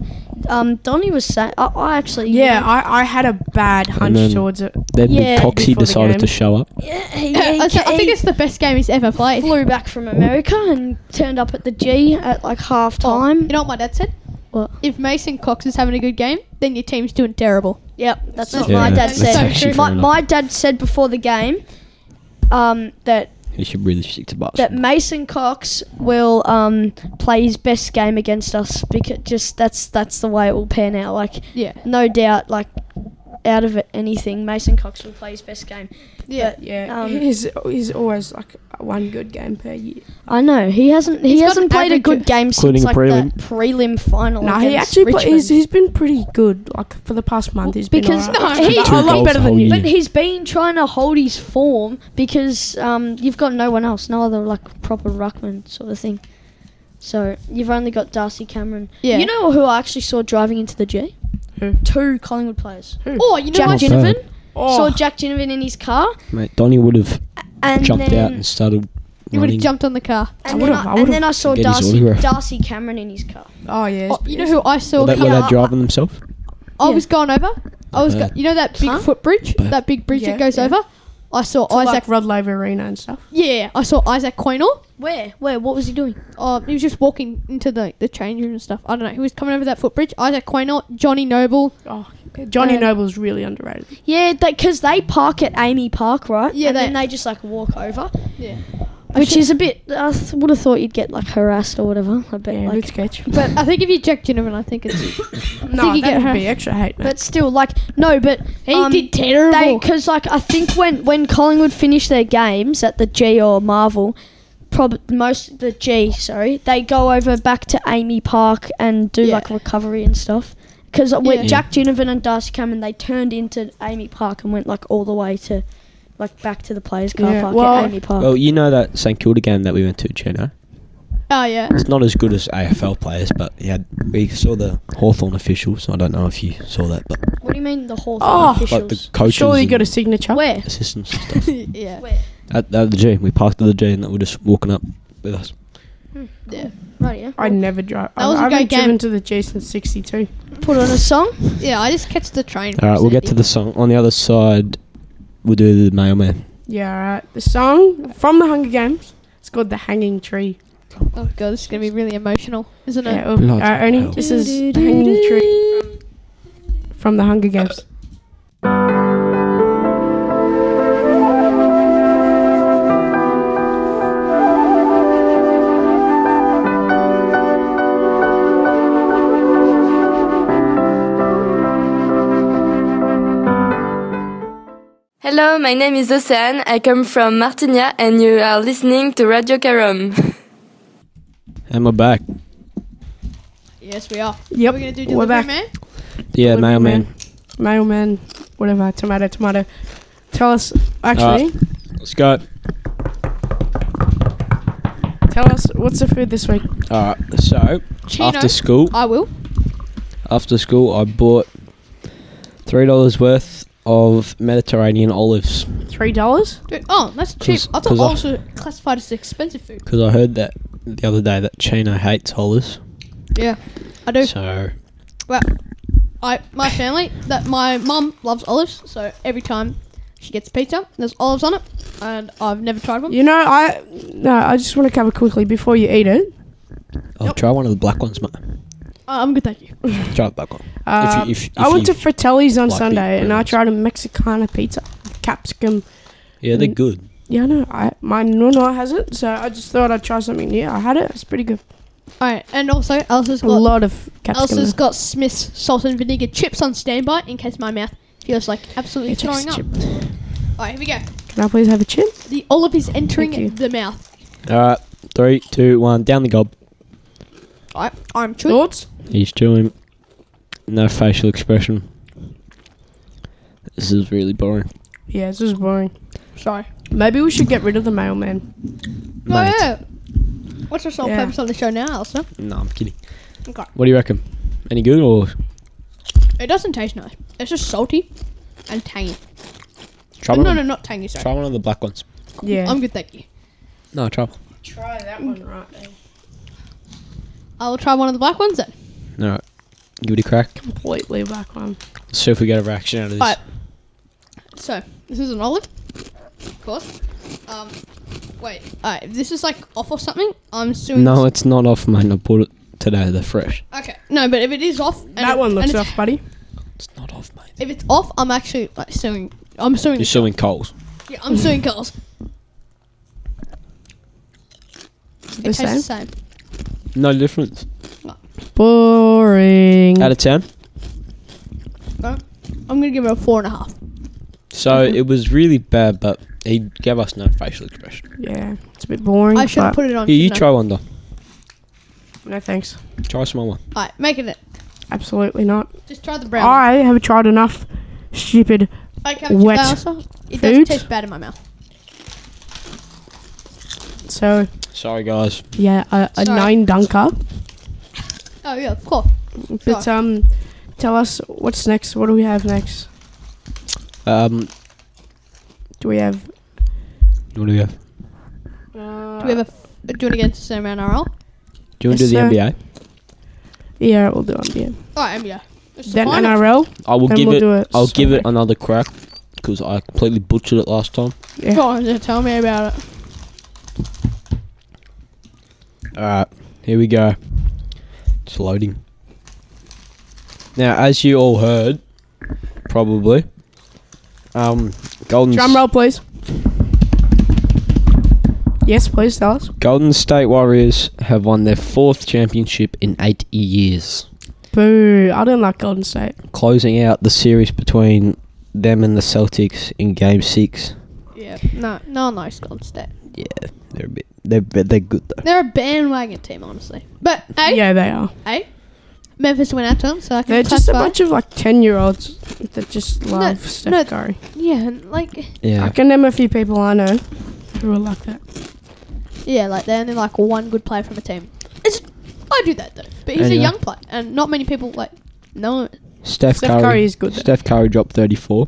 Speaker 3: um, Donnie was saying, I, I actually,
Speaker 2: Yeah, I, I had a bad hunch
Speaker 1: then-
Speaker 2: towards it.
Speaker 1: Then
Speaker 3: Yeah,
Speaker 1: Big Toxie
Speaker 2: before the
Speaker 1: decided
Speaker 2: game.
Speaker 1: to show up.
Speaker 3: yeah, he,
Speaker 4: Yeah,
Speaker 3: he
Speaker 4: I,
Speaker 3: ca-
Speaker 4: I think
Speaker 3: he
Speaker 4: it's the best game he's ever played.
Speaker 3: flew back from America and turned up at the G at like half
Speaker 4: Oh,
Speaker 3: time.
Speaker 4: You know what my dad said?
Speaker 3: What?
Speaker 4: If Mason Cox is having a good game, then your team's doing terrible.
Speaker 3: Yep, that's
Speaker 4: Yeah,
Speaker 3: what my dad
Speaker 4: that's
Speaker 3: said.
Speaker 4: actually
Speaker 3: my,
Speaker 1: fair enough.
Speaker 3: my dad said before the game um, that
Speaker 1: He should really stick to
Speaker 3: that
Speaker 1: basketball.
Speaker 3: Mason Cox will um, play his best game against us because just that's that's the way it will pan out. Like
Speaker 4: Yeah.
Speaker 3: no doubt, like out of it, anything, Mason Cox will play his best game.
Speaker 4: Yeah.
Speaker 3: But
Speaker 2: Yeah,
Speaker 3: Um,
Speaker 2: he's he's always like one good game per year.
Speaker 3: I know he hasn't he
Speaker 4: He's got
Speaker 3: hasn't
Speaker 4: an
Speaker 3: played a
Speaker 4: average
Speaker 3: good
Speaker 4: of-
Speaker 3: game
Speaker 1: Including
Speaker 3: since like
Speaker 1: prelim.
Speaker 3: that prelim final.
Speaker 2: No, he
Speaker 3: against
Speaker 2: actually pla- he's,
Speaker 3: Richmond.
Speaker 2: he's been pretty good. Like for the past month, he's been
Speaker 3: Because-
Speaker 2: alright.
Speaker 3: no, he-
Speaker 2: But a
Speaker 3: Two
Speaker 2: lot
Speaker 1: goals
Speaker 2: better
Speaker 1: the
Speaker 2: than
Speaker 1: whole
Speaker 2: you.
Speaker 1: year.
Speaker 3: But he's been trying to hold his form because um, you've got no one else, no other like proper ruckman sort of thing. So you've only got Darcy Cameron.
Speaker 4: Yeah.
Speaker 3: You know who I actually saw driving into the G?
Speaker 2: Who?
Speaker 3: Two Collingwood players.
Speaker 4: Oh, you know
Speaker 3: Jack
Speaker 4: what?
Speaker 1: Not
Speaker 3: Ginnivan.
Speaker 1: bad.
Speaker 3: Saw
Speaker 2: Oh,
Speaker 3: Jack Ginnivan in his car,
Speaker 1: Mate, Donnie would have
Speaker 3: and
Speaker 1: jumped
Speaker 3: then
Speaker 1: out and started
Speaker 4: You would have
Speaker 1: running.
Speaker 4: jumped on the car.
Speaker 2: I
Speaker 3: and, then
Speaker 2: would've-
Speaker 3: I,
Speaker 2: I
Speaker 3: and
Speaker 2: would've-
Speaker 3: then I saw
Speaker 1: Get his
Speaker 3: Darcy
Speaker 1: autograph.
Speaker 3: Darcy Cameron in his car.
Speaker 2: oh yeah.
Speaker 4: Oh, you know who I saw?
Speaker 1: Were they,
Speaker 4: come-
Speaker 1: were
Speaker 3: Yeah,
Speaker 1: they driving themselves?
Speaker 4: I
Speaker 3: Yeah.
Speaker 4: was going over. I was,
Speaker 1: Bad.
Speaker 4: go- you know, that big
Speaker 3: Huh?
Speaker 4: footbridge,
Speaker 1: Bad.
Speaker 4: that big bridge
Speaker 2: Yeah,
Speaker 4: that goes
Speaker 2: yeah.
Speaker 4: over. I saw
Speaker 2: Isaac
Speaker 4: Isaac.
Speaker 2: like Rod Laver Arena and stuff.
Speaker 4: yeah, I saw Isaac Quaynor.
Speaker 3: Where? Where? What was he doing?
Speaker 4: Um, he was just walking into the the change room and stuff. I don't know. He was coming over that footbridge. Isaac Quaynor, Johnny Noble.
Speaker 2: Oh, Johnny
Speaker 4: Um,
Speaker 2: Noble's really underrated.
Speaker 3: Yeah, because they park at Amy Park, right?
Speaker 4: Yeah,
Speaker 3: and
Speaker 4: they-
Speaker 3: then they just like walk over,
Speaker 4: Yeah.
Speaker 3: which is a bit. I th- would have thought you'd get like harassed or whatever. I bet.
Speaker 2: Yeah,
Speaker 3: like,
Speaker 2: good sketch.
Speaker 4: But I think if you Jack Ginnivan, I think it's
Speaker 2: No,
Speaker 4: you get
Speaker 2: that
Speaker 4: her-
Speaker 2: would be extra hate. mate.
Speaker 3: But still, like no, but
Speaker 4: He did terrible.
Speaker 3: Because like I think when when Collingwood finished their games at the G or Marvel, probably most the G, sorry, they go over back to Amy Park and do
Speaker 4: Yeah.
Speaker 3: like recovery and stuff. Because
Speaker 4: Yeah.
Speaker 3: when
Speaker 4: Yeah.
Speaker 3: Jack Ginnivan and Darcy Cameron, they turned into Amy Park and went like all the way to like back to the players' car
Speaker 2: Yeah,
Speaker 3: park
Speaker 2: well-
Speaker 3: at Amy Park.
Speaker 1: Well, you know that St Kilda game that we went to, Chino?
Speaker 4: oh yeah.
Speaker 1: It's not as good as AFL players, but yeah, we saw the Hawthorn officials. I don't know if you saw that, but
Speaker 3: what do you mean the Hawthorn
Speaker 2: Oh.
Speaker 1: like the
Speaker 3: officials?
Speaker 1: coaches,
Speaker 2: surely you
Speaker 1: and
Speaker 2: got a signature.
Speaker 3: Where?
Speaker 1: assistants and stuff.
Speaker 4: yeah.
Speaker 3: Where?
Speaker 1: at, at the G, we parked at the G, and they were just walking up with us.
Speaker 4: Yeah.
Speaker 3: Right, yeah.
Speaker 2: I never drive. I,
Speaker 4: was a
Speaker 2: I haven't
Speaker 4: great game.
Speaker 2: driven to the G since '62.
Speaker 3: Put on a song.
Speaker 4: Yeah. I just catch the train.
Speaker 1: All right, we'll get to the song. On the other side, we'll do the mailman.
Speaker 2: Yeah, alright. The song from the Hunger Games. It's called "The Hanging Tree."
Speaker 4: Oh god, this is gonna be really emotional, isn't it?
Speaker 2: Yeah, well,
Speaker 1: Bloody
Speaker 2: uh, only-
Speaker 1: hell.
Speaker 2: this is the Hanging Tree from the Hunger Games.
Speaker 5: Hello, my name is Oceane. I come from Martinia, and you are listening to Radio Carom.
Speaker 1: And we're back.
Speaker 4: Yes, we are.
Speaker 2: Yep.
Speaker 4: We're gonna do
Speaker 2: We're
Speaker 4: delivery
Speaker 2: back.
Speaker 4: man.
Speaker 1: Yeah,
Speaker 2: Delivery
Speaker 1: mailman.
Speaker 2: man. Mailman, whatever, tomato, tomato. Tell us, actually,
Speaker 1: Let's go. Uh,
Speaker 2: tell us what's the food this week?
Speaker 1: All right. So
Speaker 4: Chino.
Speaker 1: after school,
Speaker 4: I will.
Speaker 1: after school, I bought three dollars worth of Mediterranean olives
Speaker 2: Three dollars?
Speaker 4: Dude, oh, that's cheap.
Speaker 1: 'Cause-
Speaker 4: I
Speaker 1: 'cause
Speaker 4: thought
Speaker 1: I-
Speaker 4: also classified as expensive food.
Speaker 1: because I heard that the other day that Chino hates olives.
Speaker 4: Yeah, I do.
Speaker 1: So
Speaker 4: Well, I my family that my mum loves olives, so every time she gets pizza, there's olives on it, and I've never tried one.
Speaker 2: You know, I no, I just want to cover quickly before you eat it.
Speaker 1: I'll try one of the black ones, mate.
Speaker 4: I- Uh, I'm good, thank you.
Speaker 1: Try the black one.
Speaker 2: Um,
Speaker 1: if- if
Speaker 2: I went
Speaker 1: you
Speaker 2: to Fratelli's
Speaker 1: like
Speaker 2: on
Speaker 1: the
Speaker 2: Sunday and I
Speaker 1: ingredients.
Speaker 2: tried a Mexicana pizza, capsicum.
Speaker 1: Yeah, they're
Speaker 2: Mm.
Speaker 1: good.
Speaker 2: Yeah, no, I my nonna has it, so I just thought I'd try something new. I had it; it's pretty good.
Speaker 4: All right, and also Elsa's
Speaker 2: A
Speaker 4: got
Speaker 2: lot of capsicum.
Speaker 4: Elsa's got Smith's salt and vinegar chips on standby in case my mouth feels like absolutely
Speaker 2: It's
Speaker 4: throwing up.
Speaker 2: chip.
Speaker 4: All right, here we go.
Speaker 2: Can I please have a chip?
Speaker 4: The olive is
Speaker 2: Thank you.
Speaker 4: entering the mouth.
Speaker 1: All right, three, two, one, down the gob.
Speaker 4: All right, I'm chewing.
Speaker 2: Thoughts?
Speaker 1: He's chewing. No facial expression. This is really boring.
Speaker 2: Yeah, this is boring.
Speaker 4: Sorry.
Speaker 2: Maybe we should get rid of the mailman.
Speaker 4: No,
Speaker 1: Mate.
Speaker 4: Oh, yeah. What's your sole
Speaker 2: Yeah.
Speaker 4: purpose on the show now, Elsa?
Speaker 1: No, I'm kidding.
Speaker 4: Okay.
Speaker 1: What do you reckon? Any good or
Speaker 4: It doesn't taste nice. It's just salty and tangy. Uh,
Speaker 1: try
Speaker 4: no,
Speaker 1: one?
Speaker 4: no, not tangy. Sorry.
Speaker 1: Try one of the black ones.
Speaker 2: Yeah.
Speaker 4: I'm good, thank you.
Speaker 1: No, try.
Speaker 2: try that one right now.
Speaker 4: I will try one of the black ones then.
Speaker 1: All right, give it a crack.
Speaker 2: Completely black one.
Speaker 1: Let's see if we get a reaction out of this.
Speaker 4: Alright. So this is an olive, of course. Um, wait. Alright, if this is like off or something, I'm assuming.
Speaker 1: No, it's not off, mate. I bought it today. They're fresh.
Speaker 4: Okay. No, but if it is off, and
Speaker 2: That
Speaker 4: it-
Speaker 2: one looks
Speaker 4: and
Speaker 2: off,
Speaker 4: it's-
Speaker 2: buddy.
Speaker 1: It's not off, mate.
Speaker 4: If it's off, I'm actually like suing. I'm suing.
Speaker 1: You're suing Coles.
Speaker 4: Yeah, I'm suing girls.
Speaker 2: The
Speaker 4: It tastes
Speaker 2: same.
Speaker 4: the same.
Speaker 1: No difference.
Speaker 2: Boring.
Speaker 1: Out of ten.
Speaker 4: Alright, I'm gonna give it a four and a half.
Speaker 1: So
Speaker 2: Mm-hmm.
Speaker 1: it was really bad, but he gave us no facial expression.
Speaker 2: yeah, it's a bit boring.
Speaker 4: I should have
Speaker 2: but
Speaker 4: put it on.
Speaker 1: Here, you
Speaker 4: shouldn't I?
Speaker 1: try one though.
Speaker 2: No thanks.
Speaker 1: Try a small one.
Speaker 4: Alright, make it.
Speaker 2: Absolutely not.
Speaker 4: Just try the brown. one.
Speaker 2: I have tried enough stupid.
Speaker 4: Okay,
Speaker 2: Wet
Speaker 4: uh, so it does
Speaker 2: food.
Speaker 4: taste bad in my mouth.
Speaker 2: So
Speaker 1: Sorry, guys.
Speaker 2: yeah, a, a
Speaker 4: Sorry.
Speaker 2: nine dunker.
Speaker 4: Oh yeah, of course.
Speaker 2: But um, tell us what's next. What do we have next?
Speaker 1: Um,
Speaker 2: Do we have?
Speaker 1: what do we have?
Speaker 2: Uh,
Speaker 4: Do we have a? F- do it against the same NRL?
Speaker 1: Do you want to
Speaker 2: Yes,
Speaker 1: do the
Speaker 2: sir.
Speaker 1: NBA?
Speaker 2: yeah, we'll do it. Yeah.
Speaker 4: Alright, NBA. It's the
Speaker 2: Then
Speaker 4: final.
Speaker 2: NRL.
Speaker 1: I will
Speaker 2: Then
Speaker 1: give
Speaker 2: we'll
Speaker 1: it.
Speaker 2: do it
Speaker 1: I'll give it
Speaker 2: Sunday.
Speaker 1: another crack because I completely butchered it last time.
Speaker 2: Yeah.
Speaker 4: Go on, just tell me about it.
Speaker 1: All right, here we go. It's loading. Now, as you all heard, probably, um, Golden
Speaker 2: Drum roll, please. Yes, please tell us.
Speaker 1: Golden State Warriors have won their fourth championship in eight years,
Speaker 2: Boo! I don't like Golden State.
Speaker 1: closing out the series between them and the Celtics in Game Six.
Speaker 4: Yeah, no, no one likes Golden State.
Speaker 1: Yeah, they're a bit. They're they're good though.
Speaker 4: They're a bandwagon team, honestly. But hey,
Speaker 2: Yeah, they are.
Speaker 4: hey, Eh? Memphis went out to them, so I can
Speaker 2: They're just a
Speaker 4: classify-
Speaker 2: bunch of like ten-year-olds that just love Steph
Speaker 4: no.
Speaker 2: Curry.
Speaker 4: Yeah, and like
Speaker 1: Yeah.
Speaker 2: I can name a few people I know who are like that.
Speaker 4: yeah, like they're only like one good player from a team. It's I do that though, but he's
Speaker 1: Anyway.
Speaker 4: a young player, and not many people like know. it.
Speaker 1: Steph,
Speaker 2: Steph
Speaker 1: Curry,
Speaker 2: Curry is good, though.
Speaker 1: Steph Curry dropped 34,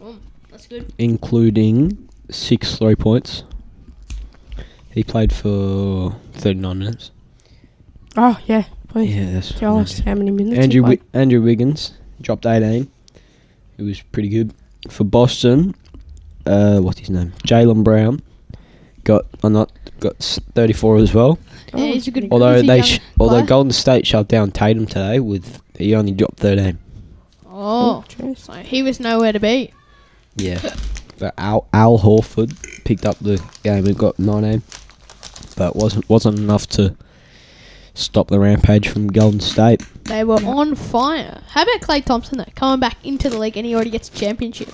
Speaker 4: Oh, That's good.
Speaker 1: including six three points. He played for 39 minutes.
Speaker 2: Oh yeah, please
Speaker 1: Yeah, that's
Speaker 2: tell us how many minutes. he
Speaker 1: Andrew
Speaker 2: played.
Speaker 1: Wi- Andrew Wiggins dropped 18. It was pretty good for Boston. Uh, what's his name? Jalen Brown got or not got s- 34 as well.
Speaker 4: Yeah, he's a good.
Speaker 1: Although
Speaker 4: he's a
Speaker 1: they
Speaker 4: young
Speaker 1: sh- although
Speaker 4: player.
Speaker 1: Golden State shut down Tatum today with he only dropped 13.
Speaker 4: Oh,
Speaker 2: Jeez.
Speaker 4: so he was nowhere to be.
Speaker 1: Yeah. But Al, Al Horford picked up the game and got 19, but wasn't wasn't enough to stop the rampage from Golden State.
Speaker 4: They were on fire. How about Clay Thompson though, coming back into the league and he already gets a championship?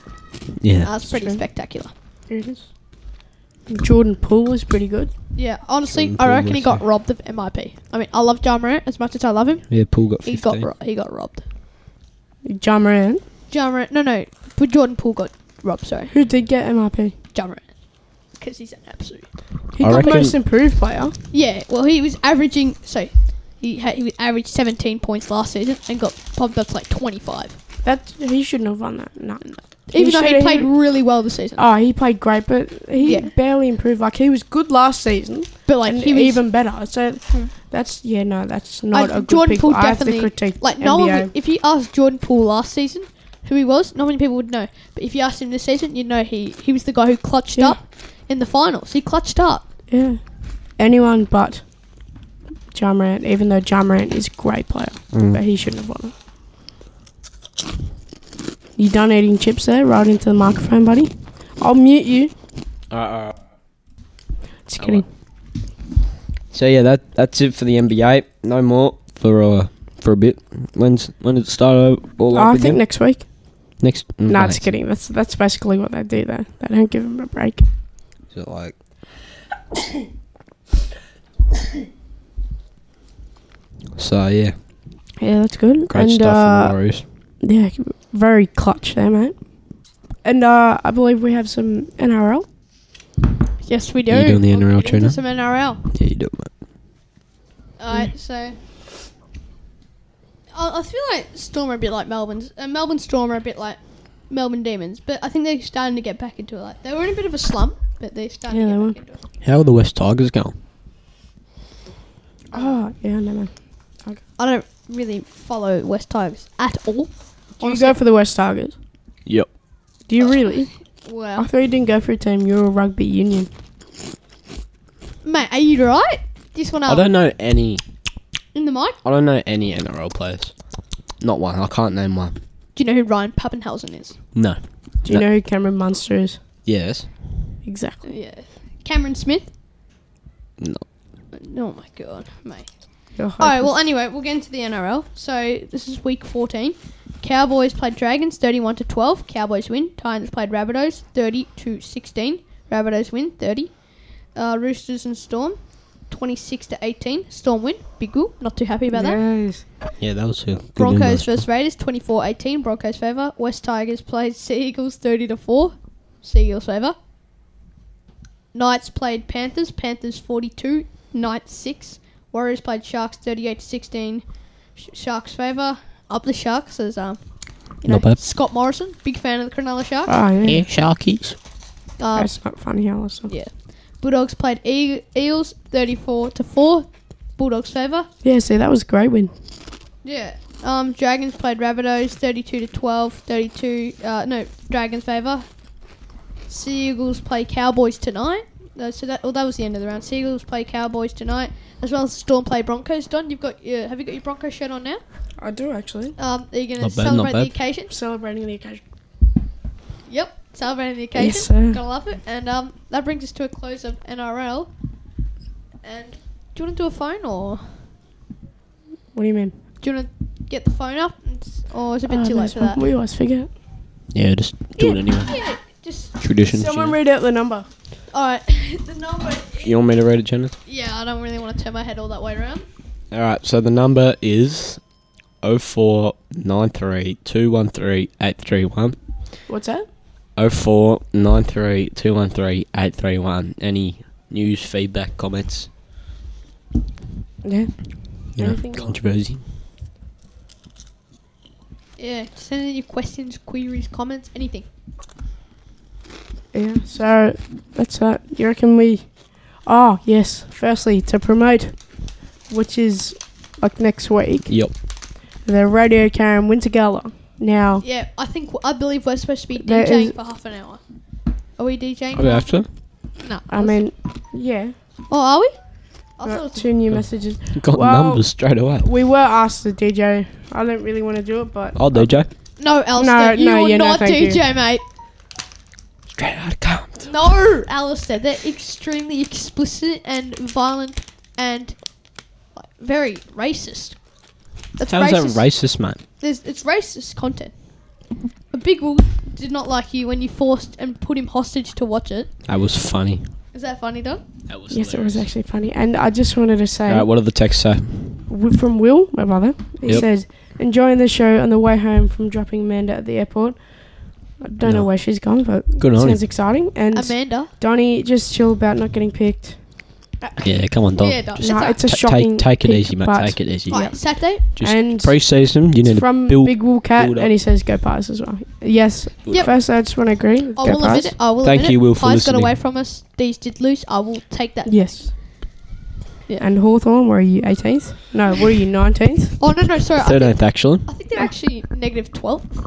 Speaker 1: Yeah.
Speaker 4: That's pretty
Speaker 2: True.
Speaker 4: spectacular.
Speaker 2: There it is. Jordan Poole is pretty good.
Speaker 4: Yeah, honestly,
Speaker 1: Jordan
Speaker 4: I
Speaker 1: Poole
Speaker 4: reckon he
Speaker 1: was
Speaker 4: got
Speaker 1: there.
Speaker 4: robbed of MIP. I mean, I love John Morant as much as I love him.
Speaker 1: Yeah, Paul got
Speaker 4: He
Speaker 1: 15.
Speaker 4: got ro- he got robbed.
Speaker 2: John Moran.
Speaker 4: John Morant, no, no, but Jordan Poole got robbed. Sorry,
Speaker 2: Who did get MRP?
Speaker 4: John Morant, because he's an absolute.
Speaker 2: He
Speaker 1: I
Speaker 2: got
Speaker 1: reckon-
Speaker 2: most improved player.
Speaker 4: Yeah, well, he was averaging so he had, he averaged 17 points last season and got pumped up to like 25.
Speaker 2: That he shouldn't have won that. No. He
Speaker 4: Even though he
Speaker 2: should've-
Speaker 4: played really well this season,
Speaker 2: Oh, he played great, but he
Speaker 4: Yeah.
Speaker 2: barely improved. Like he was good last season,
Speaker 4: but like
Speaker 2: and
Speaker 4: he was
Speaker 2: even better. So that's yeah, no, that's not
Speaker 4: I-
Speaker 2: a good
Speaker 4: Jordan
Speaker 2: pick.
Speaker 4: Poole
Speaker 2: I have to
Speaker 4: definitely-
Speaker 2: critique
Speaker 4: like
Speaker 2: NBA.
Speaker 4: no one. Would, if you asked Jordan Poole last season who he was, not many people would know. But if you asked him this season, you know he he was the guy who clutched
Speaker 2: Yeah.
Speaker 4: up in the finals. He clutched up.
Speaker 2: yeah, anyone but John Morant. Even though John Morant is a great player,
Speaker 1: Mm.
Speaker 2: but he shouldn't have won it. You done eating chips there? Right into the microphone, buddy. I'll mute you. Just
Speaker 1: I
Speaker 2: kidding.
Speaker 1: So yeah, that that's it for the NBA. No more for uh, for a bit. When's when did it start o- all over
Speaker 2: Oh, I think
Speaker 1: again?
Speaker 2: next week.
Speaker 1: next. mm,
Speaker 2: No,
Speaker 1: right.
Speaker 2: just kidding. That's that's basically what they do there. They don't give him a break.
Speaker 1: So like, so yeah,
Speaker 2: Yeah, that's good.
Speaker 1: great
Speaker 2: and,
Speaker 1: stuff
Speaker 2: uh,
Speaker 1: from the Warriors.
Speaker 2: Yeah, very clutch there, mate. And uh, I believe we have some NRL.
Speaker 4: Yes, we do.
Speaker 1: You doing the
Speaker 4: We'll
Speaker 1: NRL
Speaker 4: get
Speaker 1: trainer?
Speaker 4: into Some NRL.
Speaker 1: Yeah, you do it, mate.
Speaker 4: Alright, so. I, I feel like Storm are a bit like Melbourne's. Uh, Melbourne Storm are a bit like Melbourne Demons, but I think they're starting to get back into it. Like they were in a bit of a slump, but they're starting
Speaker 2: Yeah,
Speaker 4: to
Speaker 2: they were.
Speaker 4: get back into it.
Speaker 1: How are the West Tigers going?
Speaker 2: Oh, yeah, no, man.
Speaker 4: I don't really follow West Tigers at all.
Speaker 2: Do you go for the West Tigers?
Speaker 1: Yep.
Speaker 2: Do you really? I
Speaker 4: Well,
Speaker 2: thought you didn't go for a team. You're a rugby union.
Speaker 4: mate, are you right? This one
Speaker 1: I
Speaker 4: up
Speaker 1: don't know any.
Speaker 4: in the mic.
Speaker 1: I don't know any NRL players. Not one. I can't name one.
Speaker 4: Do you know who Ryan Pappenhausen is?
Speaker 1: No.
Speaker 2: Do you
Speaker 1: No.
Speaker 2: know who Cameron Munster is?
Speaker 1: Yes.
Speaker 2: Exactly.
Speaker 4: Yeah, Cameron Smith.
Speaker 1: No.
Speaker 4: Oh my god, mate.
Speaker 2: You're
Speaker 4: All right. Well, anyway, we'll get into the NRL. So this is week 14. Cowboys played Dragons 31 to 12. Cowboys win. Titans played Rabbitohs 30 to 16. Rabbitohs win 30. Uh, Roosters and Storm 26 to 18. Storm win. Big Goo, not too happy about that.
Speaker 2: Yes.
Speaker 1: Yeah, that was a good
Speaker 4: Broncos
Speaker 1: universe.
Speaker 4: versus Raiders 24 18. Broncos favor. West Tigers played Sea Eagles 30 to 4. Sea Eagles favor. Knights played Panthers. Panthers 42. Knights 6. Warriors played Sharks 38 to 16. Sh- Sharks favor. Up the Sharks as um, you know,
Speaker 1: Not bad.
Speaker 4: Scott Morrison, big fan of the Cronulla Sharks.
Speaker 2: Oh, yeah.
Speaker 1: Sharkies.
Speaker 4: Um,
Speaker 2: That's not funny, Alison.
Speaker 4: Yeah. Bulldogs played e- Eels 34 to 4. Bulldogs favor.
Speaker 2: Yeah, see, that was a great win.
Speaker 4: Yeah. Um, Dragons played Rabbitohs 32 to 12, 32. Uh, no, Dragons favour. Seagulls play Cowboys tonight. Uh, so that well, that was the end of the round. Seagulls play Cowboys tonight, as well as Storm play Broncos. Don, you've got your, have you got your Broncos shirt on now?
Speaker 2: I do, actually.
Speaker 4: Um, are you going
Speaker 1: Not
Speaker 4: to
Speaker 1: bad, not
Speaker 4: celebrate the
Speaker 1: bad.
Speaker 4: occasion?
Speaker 2: Celebrating the occasion.
Speaker 4: Yep, celebrating the occasion.
Speaker 2: Yes, sir.
Speaker 4: Gotta love it. And um, that brings us to a close of NRL. And do you want to do a phone or
Speaker 2: What do you mean?
Speaker 4: do you want to get the phone up? And s- Or is it a bit
Speaker 2: Oh,
Speaker 4: too
Speaker 2: no,
Speaker 4: late
Speaker 2: it's
Speaker 4: for
Speaker 2: fine.
Speaker 4: that?
Speaker 2: We always forget.
Speaker 1: Yeah, just do it anyway.
Speaker 4: Yeah, just
Speaker 1: Tradition.
Speaker 2: Someone read out the number.
Speaker 4: all right. the number.
Speaker 1: you want me to read it, Jenna?
Speaker 4: Yeah, I don't really want to turn my head all that way around.
Speaker 1: All right. So the number is 0493213831.
Speaker 2: What's that?
Speaker 1: 0493213831. Any news, feedback, comments,
Speaker 2: Yeah.
Speaker 1: you know,
Speaker 2: Anything.
Speaker 1: controversy?
Speaker 4: Yeah, send in your questions, queries, comments, anything.
Speaker 2: Yeah, so that's that. You reckon we? Oh yes. Firstly, to promote, which is like next week,
Speaker 1: Yep.
Speaker 2: the Radio Karen Winter Gala. Now,
Speaker 4: Yeah, I think I believe we're supposed to be
Speaker 2: There
Speaker 4: DJing
Speaker 2: is-
Speaker 4: for half an hour. Are we DJing?
Speaker 1: Are we after?
Speaker 4: No.
Speaker 2: I mean, yeah,
Speaker 4: Oh, are we? I
Speaker 2: got
Speaker 4: thought it was-
Speaker 2: two new messages.
Speaker 1: Got
Speaker 2: Well-
Speaker 1: numbers straight away.
Speaker 2: We were asked to DJ. I don't really want to do it, but
Speaker 1: Oh, DJ.
Speaker 4: no, Alistair,
Speaker 2: No,
Speaker 4: you
Speaker 2: no,
Speaker 4: are
Speaker 2: yeah, no,
Speaker 4: not
Speaker 2: thank you.
Speaker 4: DJ, mate.
Speaker 1: Straight out of Compton.
Speaker 4: No, Alistair, they're extremely explicit and violent and like, very racist. That's
Speaker 1: How's that racist, mate?
Speaker 4: There's, it's racist content. But Big Will did not like you when you forced and put him hostage to watch it.
Speaker 1: That was funny.
Speaker 4: Is that funny, Don?
Speaker 1: That was
Speaker 2: Yes, it was actually funny. And I just wanted to say
Speaker 1: Alright, what did the text say?
Speaker 2: w- from Will, my brother. He
Speaker 1: Yep.
Speaker 2: says, enjoying the show on the way home from dropping Amanda at the airport. I don't
Speaker 1: No.
Speaker 2: know where she's gone, but
Speaker 1: Good on
Speaker 2: sounds
Speaker 1: him.
Speaker 2: exciting. And
Speaker 4: Amanda.
Speaker 2: Donnie, just chill about not getting picked.
Speaker 1: Yeah, come on, Don.
Speaker 4: Yeah, Don.
Speaker 1: Just
Speaker 2: No,
Speaker 4: alright.
Speaker 2: it's a
Speaker 1: ta-
Speaker 2: shocking.
Speaker 1: take, take it
Speaker 2: pick,
Speaker 1: easy, mate.
Speaker 2: but
Speaker 1: Take it easy.
Speaker 4: Alright, Saturday.
Speaker 1: Just
Speaker 2: And
Speaker 1: pre-season, you
Speaker 2: It's
Speaker 1: need to
Speaker 2: from
Speaker 1: build.
Speaker 2: Big Wool Cat,
Speaker 1: build up.
Speaker 2: and he says go pies as well. Yes.
Speaker 1: Yep. Oh,
Speaker 2: First, I just want to agree. with
Speaker 4: I
Speaker 2: go
Speaker 4: will
Speaker 2: pies.
Speaker 4: admit it. I will
Speaker 1: Thank
Speaker 4: admit
Speaker 1: you,
Speaker 4: it.
Speaker 1: Will, for
Speaker 4: Pies
Speaker 1: listening.
Speaker 4: got away from us. These did lose. I will take that.
Speaker 2: Yes.
Speaker 4: Yeah.
Speaker 2: And Hawthorn, where are you? 18th? No, where are you? 19th?
Speaker 4: Oh no, no, sorry. I think,
Speaker 1: 13th, actually.
Speaker 4: I think they're actually negative twelfth.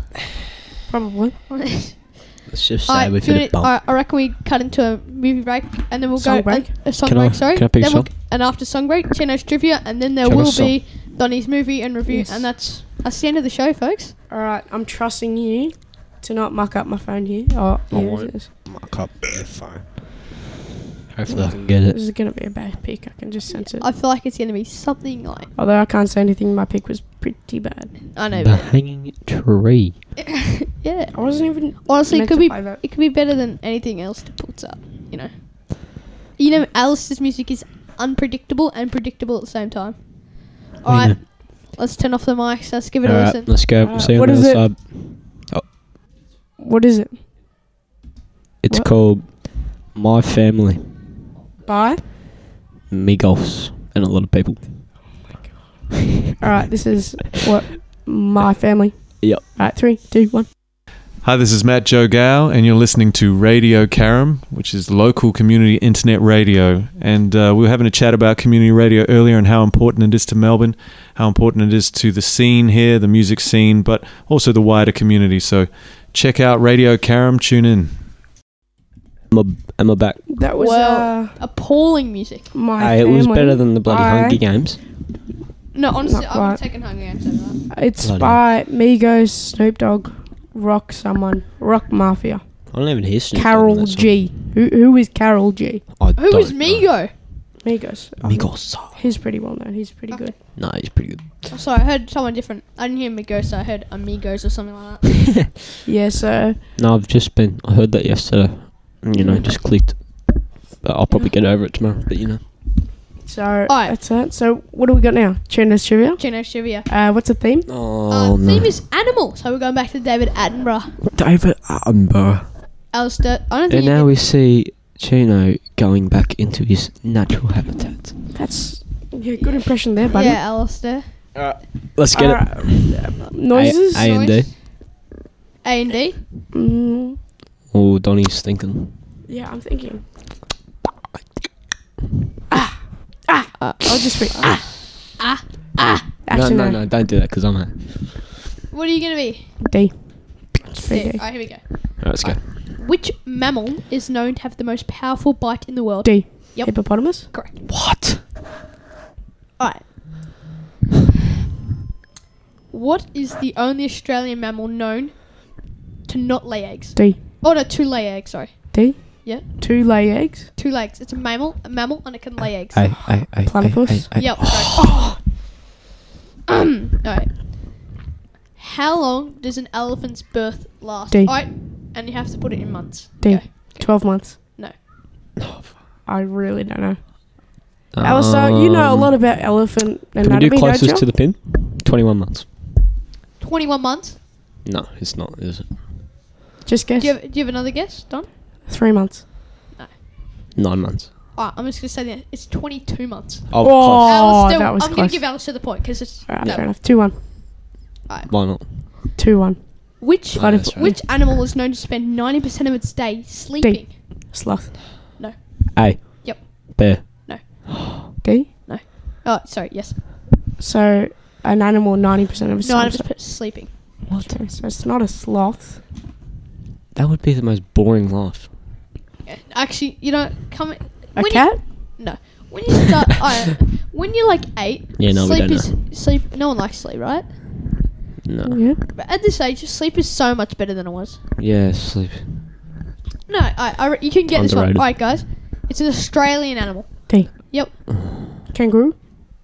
Speaker 2: Probably.
Speaker 1: Let's just say
Speaker 4: Alright,
Speaker 1: we've
Speaker 4: do you
Speaker 1: hit a
Speaker 4: wanna-
Speaker 1: bump.
Speaker 4: alright, I reckon we cut into a movie break and then we'll
Speaker 2: Song
Speaker 4: go uh,
Speaker 2: break?
Speaker 4: A, a song
Speaker 1: Can I-
Speaker 4: break. sorry,
Speaker 1: can I pick a
Speaker 4: then we'll,
Speaker 1: song?
Speaker 4: and after song break, Chino's trivia, and then there
Speaker 1: Chino's
Speaker 4: will be Donny's movie and review,
Speaker 2: Yes.
Speaker 4: and that's that's the end of the show, folks.
Speaker 2: All right, I'm trusting you to not muck up my phone here. Oh, yeah,
Speaker 1: won't.
Speaker 2: this is-
Speaker 1: Hopefully I can get
Speaker 2: this
Speaker 1: it.
Speaker 2: is going to be a bad pick. I can just sense it.
Speaker 4: I feel like it's going to be something like
Speaker 2: Although I can't say anything, my pick was pretty bad.
Speaker 4: I know.
Speaker 1: The hanging tree.
Speaker 4: but- yeah.
Speaker 2: I wasn't even.
Speaker 4: Honestly, it
Speaker 2: meant
Speaker 4: could
Speaker 2: to
Speaker 4: be
Speaker 2: play that.
Speaker 4: it could be better than anything else that puts up. You know. You know, Alice's music is unpredictable and predictable at the same time. All
Speaker 1: Yeah.
Speaker 4: right, let's turn off the mics. Let's give it a listen.
Speaker 1: Alright, let's go.
Speaker 2: Uh,
Speaker 1: See you on
Speaker 2: what
Speaker 1: the
Speaker 2: is
Speaker 1: other
Speaker 2: it?
Speaker 1: side.
Speaker 2: What is it?
Speaker 1: It's
Speaker 2: What?
Speaker 1: called My Family,
Speaker 2: Bye.
Speaker 1: Migos, and a lot of people.
Speaker 2: All right, this is what my family.
Speaker 1: Yep.
Speaker 2: All right, three, two, one.
Speaker 6: Hi, this is Matt Joe Gow, and you're listening to Radio Karam, which is local community internet radio. And uh, we were having a chat about community radio earlier and how important it is to Melbourne, how important it is to the scene here, the music scene, but also the wider community. So check out Radio Karam, tune in.
Speaker 1: Am I, am I back?
Speaker 2: That was
Speaker 4: Well,
Speaker 2: uh,
Speaker 4: Appalling music.
Speaker 2: my
Speaker 1: Hey, Ah, it
Speaker 2: family.
Speaker 1: was better than the bloody
Speaker 2: I-
Speaker 1: Hunger Games.
Speaker 4: No, honestly,
Speaker 2: Not
Speaker 4: I would
Speaker 2: quite.
Speaker 4: have taken Hunger Games over that.
Speaker 2: It's
Speaker 1: Bloody
Speaker 2: by Migos, Snoop Dogg, Rock someone, Rock Mafia,
Speaker 1: I don't even hear Snoop Dogg in
Speaker 2: Carol
Speaker 1: that song.
Speaker 2: G. Who who is Carol G?
Speaker 1: I
Speaker 4: Who
Speaker 1: don't
Speaker 4: was Migo?
Speaker 2: Migos.
Speaker 1: know. Migos.
Speaker 2: He's pretty well known. He's pretty good.
Speaker 1: No, he's pretty good.
Speaker 4: Oh, sorry, I heard someone different. I didn't hear Migo, so I heard Amigos or something like that.
Speaker 2: Yeah. So
Speaker 1: No, I've just been. I heard that yesterday. and, You know,
Speaker 2: Mm.
Speaker 1: just clicked. But I'll probably get over it tomorrow. But you know,
Speaker 2: so
Speaker 4: right.
Speaker 2: that's it. So what do we got now? China's trivia.
Speaker 4: Gino Trivia.
Speaker 2: Uh, what's the theme?
Speaker 1: oh
Speaker 4: uh,
Speaker 1: no,
Speaker 4: Theme is animal, so we're going back to David Attenborough.
Speaker 1: David Attenborough.
Speaker 4: Alistair, I don't think
Speaker 1: And
Speaker 4: you
Speaker 1: now
Speaker 4: can-
Speaker 1: we see Chino going back into his natural habitat.
Speaker 2: That's yeah, good impression there, buddy.
Speaker 4: Yeah, Alistair.
Speaker 1: Let's get it.
Speaker 2: Alright, Uh, noises.
Speaker 1: A and D.
Speaker 4: Noise. A and D.
Speaker 2: Mm,
Speaker 1: Oh, Donnie's thinking.
Speaker 2: yeah, I'm thinking. Ah,
Speaker 1: Uh,
Speaker 2: ah. I'll just read. Ah,
Speaker 4: Ah.
Speaker 2: ah.
Speaker 1: No,
Speaker 2: Actually,
Speaker 1: no, no, don't do that because I'm here.
Speaker 4: What are you going to be?
Speaker 2: D. It's
Speaker 4: D.
Speaker 2: pretty D.
Speaker 4: Alright, here we go.
Speaker 1: Alright, let's go.
Speaker 4: Which mammal is known to have the most powerful bite in the world?
Speaker 2: D.
Speaker 4: Yep.
Speaker 2: Hippopotamus.
Speaker 4: Correct.
Speaker 1: What?
Speaker 4: Alright. What is the only Australian mammal known to not lay eggs?
Speaker 2: D.
Speaker 4: Oh no, to lay eggs, sorry.
Speaker 2: D.
Speaker 4: Yeah.
Speaker 2: Two lay eggs.
Speaker 4: Two legs. It's a mammal, a mammal, and it can lay eggs.
Speaker 1: A, A, A, A,
Speaker 2: Platypus?
Speaker 1: A, A.
Speaker 4: Yep. Oh. um. All right. How long does an elephant's birth last?
Speaker 2: Day.
Speaker 4: All right, and you have to put it in months.
Speaker 2: D.
Speaker 4: Go.
Speaker 2: Twelve months.
Speaker 4: No.
Speaker 2: I really don't know. Alistair, you know a lot about elephant
Speaker 1: Um, Can we
Speaker 2: anatomy,
Speaker 1: do closest
Speaker 2: don't
Speaker 1: to
Speaker 2: you?
Speaker 1: the pin? 21 months.
Speaker 4: Twenty-one months.
Speaker 1: No, it's not, is it?
Speaker 2: Just guess.
Speaker 4: Do you, have, do you have another guess, Don?
Speaker 2: Three months.
Speaker 1: Nine months.
Speaker 4: All right, Oh, I'm just gonna say that it's twenty-two months.
Speaker 1: Oh,
Speaker 2: Oh.
Speaker 1: close.
Speaker 4: Alistair,
Speaker 2: that was
Speaker 4: I'm gonna
Speaker 2: close.
Speaker 4: give Alistair the point because it's
Speaker 2: All right,
Speaker 4: no.
Speaker 2: fair enough. Two one.
Speaker 1: Why not?
Speaker 2: Two one.
Speaker 4: which
Speaker 1: Oh, that's right.
Speaker 4: which animal is known to spend ninety percent of its day sleeping?
Speaker 2: Sloth.
Speaker 1: A.
Speaker 4: Yep.
Speaker 1: Bear.
Speaker 2: D.
Speaker 4: Oh, sorry, yes,
Speaker 2: So an animal ninety percent of its time.
Speaker 4: ninety percent sleeping.
Speaker 1: What?
Speaker 2: Okay, so it's not a sloth.
Speaker 1: That would be the most boring life.
Speaker 4: Yeah, Actually, you know, come
Speaker 2: A
Speaker 4: when you-
Speaker 2: cat.
Speaker 4: No. When you start, I, when you're like eight,
Speaker 1: Yeah, no, we
Speaker 4: sleep
Speaker 1: don't
Speaker 4: is sleep. No one likes sleep, right?
Speaker 1: No.
Speaker 2: Yeah.
Speaker 4: But at this age, sleep is so much better than it was.
Speaker 1: Yeah, sleep.
Speaker 4: No, I, I re- you can get this
Speaker 1: Underrated.
Speaker 4: one. All right, guys, it's an Australian animal.
Speaker 2: D.
Speaker 4: Yep.
Speaker 2: Kangaroo.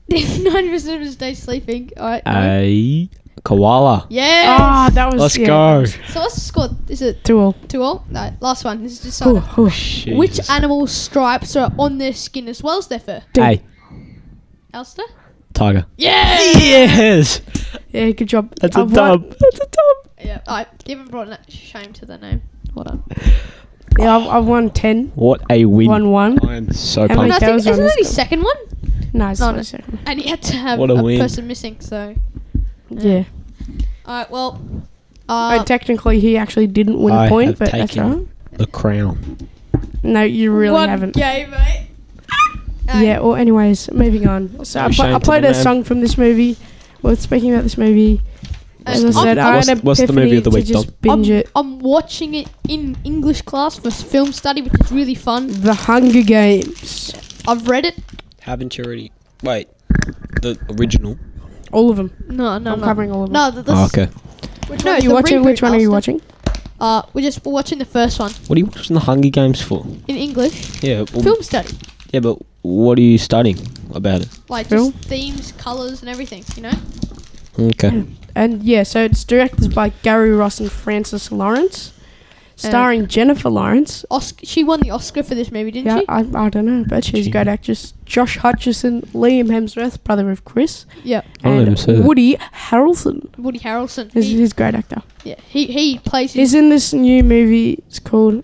Speaker 4: Ninety percent of his day sleeping. All right.
Speaker 1: A. Koala.
Speaker 4: Yeah.
Speaker 2: Ah, that was.
Speaker 1: Let's
Speaker 2: yeah.
Speaker 1: go.
Speaker 4: So what's the score? Is it
Speaker 2: Two all.
Speaker 4: two all? No, last one. This is just
Speaker 2: Ooh,
Speaker 4: Simon.
Speaker 2: ooh.
Speaker 4: which animal stripes are on their skin as well as their fur?
Speaker 1: Hey,
Speaker 4: Alistair?
Speaker 1: tiger.
Speaker 4: Yeah.
Speaker 1: Yes,
Speaker 2: Yeah, good job.
Speaker 1: that's a
Speaker 2: I've won-
Speaker 1: dub. That's a dub.
Speaker 4: Yeah. I even brought that shame to the name. Well done.
Speaker 2: Yeah, I've, I've won 10.
Speaker 1: What a win!
Speaker 2: One one.
Speaker 1: I am so
Speaker 2: How
Speaker 4: And
Speaker 2: many-
Speaker 1: pumped.
Speaker 2: that
Speaker 4: I think
Speaker 2: was
Speaker 4: isn't
Speaker 2: on
Speaker 4: that
Speaker 2: this
Speaker 4: his
Speaker 2: one.
Speaker 4: second one?
Speaker 2: No, it's
Speaker 4: No,
Speaker 2: not
Speaker 4: no.
Speaker 2: a second.
Speaker 4: And he had to have
Speaker 1: What a
Speaker 4: a,
Speaker 1: win.
Speaker 4: person missing. So.
Speaker 2: Yeah.
Speaker 4: All right. Well.
Speaker 2: Oh,
Speaker 4: Uh,
Speaker 2: technically, he actually didn't win
Speaker 1: I
Speaker 2: a point,
Speaker 1: have
Speaker 2: but that's
Speaker 1: taken-
Speaker 2: all right.
Speaker 1: The crown.
Speaker 2: No, you really
Speaker 4: one
Speaker 2: haven't.
Speaker 4: game, mate.
Speaker 2: Yeah, well, anyways, moving on. So I,
Speaker 1: No
Speaker 2: pla-
Speaker 1: shame
Speaker 2: I
Speaker 1: to
Speaker 2: played
Speaker 1: the
Speaker 2: a
Speaker 1: man.
Speaker 2: song from this movie. Well, speaking about this movie, as I
Speaker 4: I'm-
Speaker 2: said, I
Speaker 4: I'm-
Speaker 2: had an
Speaker 1: What's- what's the movie
Speaker 2: epiphany
Speaker 1: of the
Speaker 2: to
Speaker 1: week,
Speaker 2: just
Speaker 1: Dom?
Speaker 2: binge
Speaker 4: I'm,
Speaker 2: it.
Speaker 4: I'm watching it in English class for s- film study, which is really fun.
Speaker 2: The Hunger Games.
Speaker 4: I've read it.
Speaker 1: Haven't you already? Wait, the original.
Speaker 2: All of them.
Speaker 4: No, no,
Speaker 2: I'm
Speaker 4: no.
Speaker 2: covering all of them.
Speaker 4: No, th- this,
Speaker 1: Oh, okay.
Speaker 4: Which
Speaker 2: No,
Speaker 4: one is
Speaker 2: you
Speaker 4: the
Speaker 2: watching? Which
Speaker 4: reboot,
Speaker 2: one are you
Speaker 4: Alistair?
Speaker 2: watching?
Speaker 4: Uh, we're just we're watching the first one
Speaker 1: What are you watching the Hunger Games for?
Speaker 4: in English.
Speaker 1: Yeah, well,
Speaker 4: Film study,
Speaker 1: yeah, but what are you studying about it?
Speaker 4: like
Speaker 2: Film?
Speaker 4: just themes, colors, and everything. You know.
Speaker 1: Okay.
Speaker 2: And yeah, so it's directed by Gary Ross and Francis Lawrence, starring
Speaker 4: Uh,
Speaker 2: Jennifer Lawrence.
Speaker 4: Oscar, she won the Oscar for this movie, didn't
Speaker 2: Yeah, uh,
Speaker 4: she?
Speaker 2: I, I don't know, but she's a
Speaker 1: She-
Speaker 2: great actress. Josh Hutcherson, Liam Hemsworth, brother of Chris,
Speaker 4: yeah.
Speaker 1: I don't
Speaker 2: and
Speaker 1: even see that.
Speaker 2: Woody Harrelson
Speaker 4: Woody Harrelson.
Speaker 2: is
Speaker 4: He,
Speaker 2: his great actor.
Speaker 4: yeah, he he plays his,
Speaker 2: He's in this new movie. It's called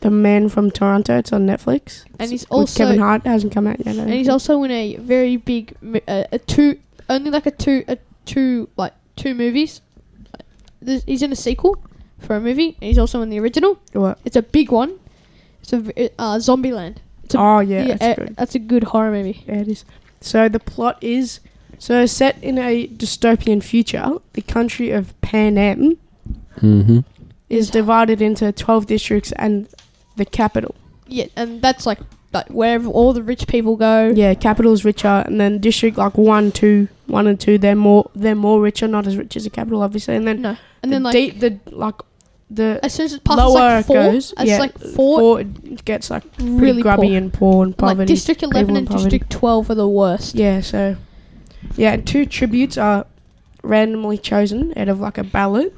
Speaker 2: The Man from Toronto. It's on Netflix.
Speaker 4: and he's
Speaker 2: With
Speaker 4: also
Speaker 2: Kevin Hart It hasn't come out yet. I don't
Speaker 4: and he's
Speaker 2: think.
Speaker 4: also in a very big mo- uh, a two only like a two a two like two movies. This, he's in a sequel for a movie, and he's also in the original.
Speaker 2: What?
Speaker 4: It's a big one. It's a v- uh, Zombieland. It's a,
Speaker 2: oh yeah,
Speaker 4: yeah,
Speaker 2: that's
Speaker 4: uh,
Speaker 2: good.
Speaker 4: that's a good horror movie.
Speaker 2: Yeah, it is. So the plot is so set in a dystopian future, the country of Pan Am
Speaker 1: Mm-hmm.
Speaker 2: is divided into 12 districts and the capital.
Speaker 4: Yeah, and that's like like wherever all the rich people go.
Speaker 2: Yeah, capital's richer and then district like 1, 2, 1 and 2 they're more they're more richer, not as rich as the capital obviously. And then
Speaker 4: No, and
Speaker 2: the
Speaker 4: then like
Speaker 2: deep, the like the
Speaker 4: as soon as it passes
Speaker 2: lower
Speaker 4: like
Speaker 2: it
Speaker 4: four,
Speaker 2: goes,
Speaker 4: as
Speaker 2: yeah,
Speaker 4: like four,
Speaker 2: four it gets like pretty
Speaker 4: really
Speaker 2: grubby
Speaker 4: poor.
Speaker 2: and poor and poverty.
Speaker 4: like District Eleven
Speaker 2: in
Speaker 4: and
Speaker 2: poverty.
Speaker 4: District Twelve are the worst.
Speaker 2: Yeah, so yeah, and two tributes are randomly chosen out of like a ballot.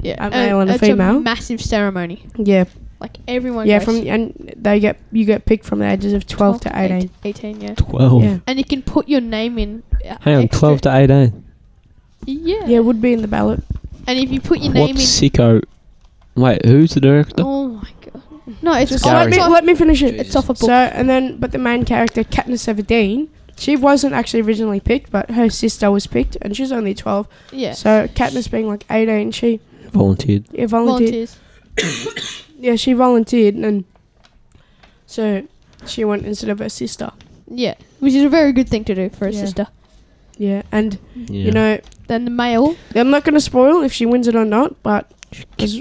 Speaker 4: yeah,
Speaker 2: a male and a
Speaker 4: it's
Speaker 2: female.
Speaker 4: massive ceremony.
Speaker 2: Yeah,
Speaker 4: Like everyone.
Speaker 2: yeah.
Speaker 4: goes.
Speaker 2: From and they get you get picked from the ages of twelve, to
Speaker 4: eight-
Speaker 2: eighteen.
Speaker 4: 18, yeah.
Speaker 1: Twelve.
Speaker 2: Yeah,
Speaker 4: And you can put your name in. uh,
Speaker 1: Hang on,
Speaker 4: extra-
Speaker 1: twelve to eighteen.
Speaker 4: Yeah.
Speaker 2: yeah, it would be in the ballot.
Speaker 4: And if you put your
Speaker 1: What
Speaker 4: name in.
Speaker 1: sicko? Wait, who's the director?
Speaker 4: Oh my god. No, it's
Speaker 1: Just
Speaker 4: oh,
Speaker 2: let
Speaker 1: Gary.
Speaker 2: me
Speaker 4: it's off,
Speaker 2: let me finish it.
Speaker 1: Jesus.
Speaker 4: it's off a book.
Speaker 2: So and then, but the main character Katniss Everdeen, she wasn't actually originally picked, but her sister was picked, and she's only twelve.
Speaker 4: yeah.
Speaker 2: So Katniss, being like eighteen, she
Speaker 1: Volunteered.
Speaker 2: yeah, volunteered.
Speaker 4: Volunteers.
Speaker 2: Yeah, she volunteered, and so she went instead of her sister.
Speaker 4: Yeah. Which is a very good thing to do for a
Speaker 2: Yeah.
Speaker 4: sister.
Speaker 2: Yeah, and
Speaker 1: Yeah.
Speaker 2: you know
Speaker 4: Then the male.
Speaker 2: I'm not going to spoil if she wins it or not, but there's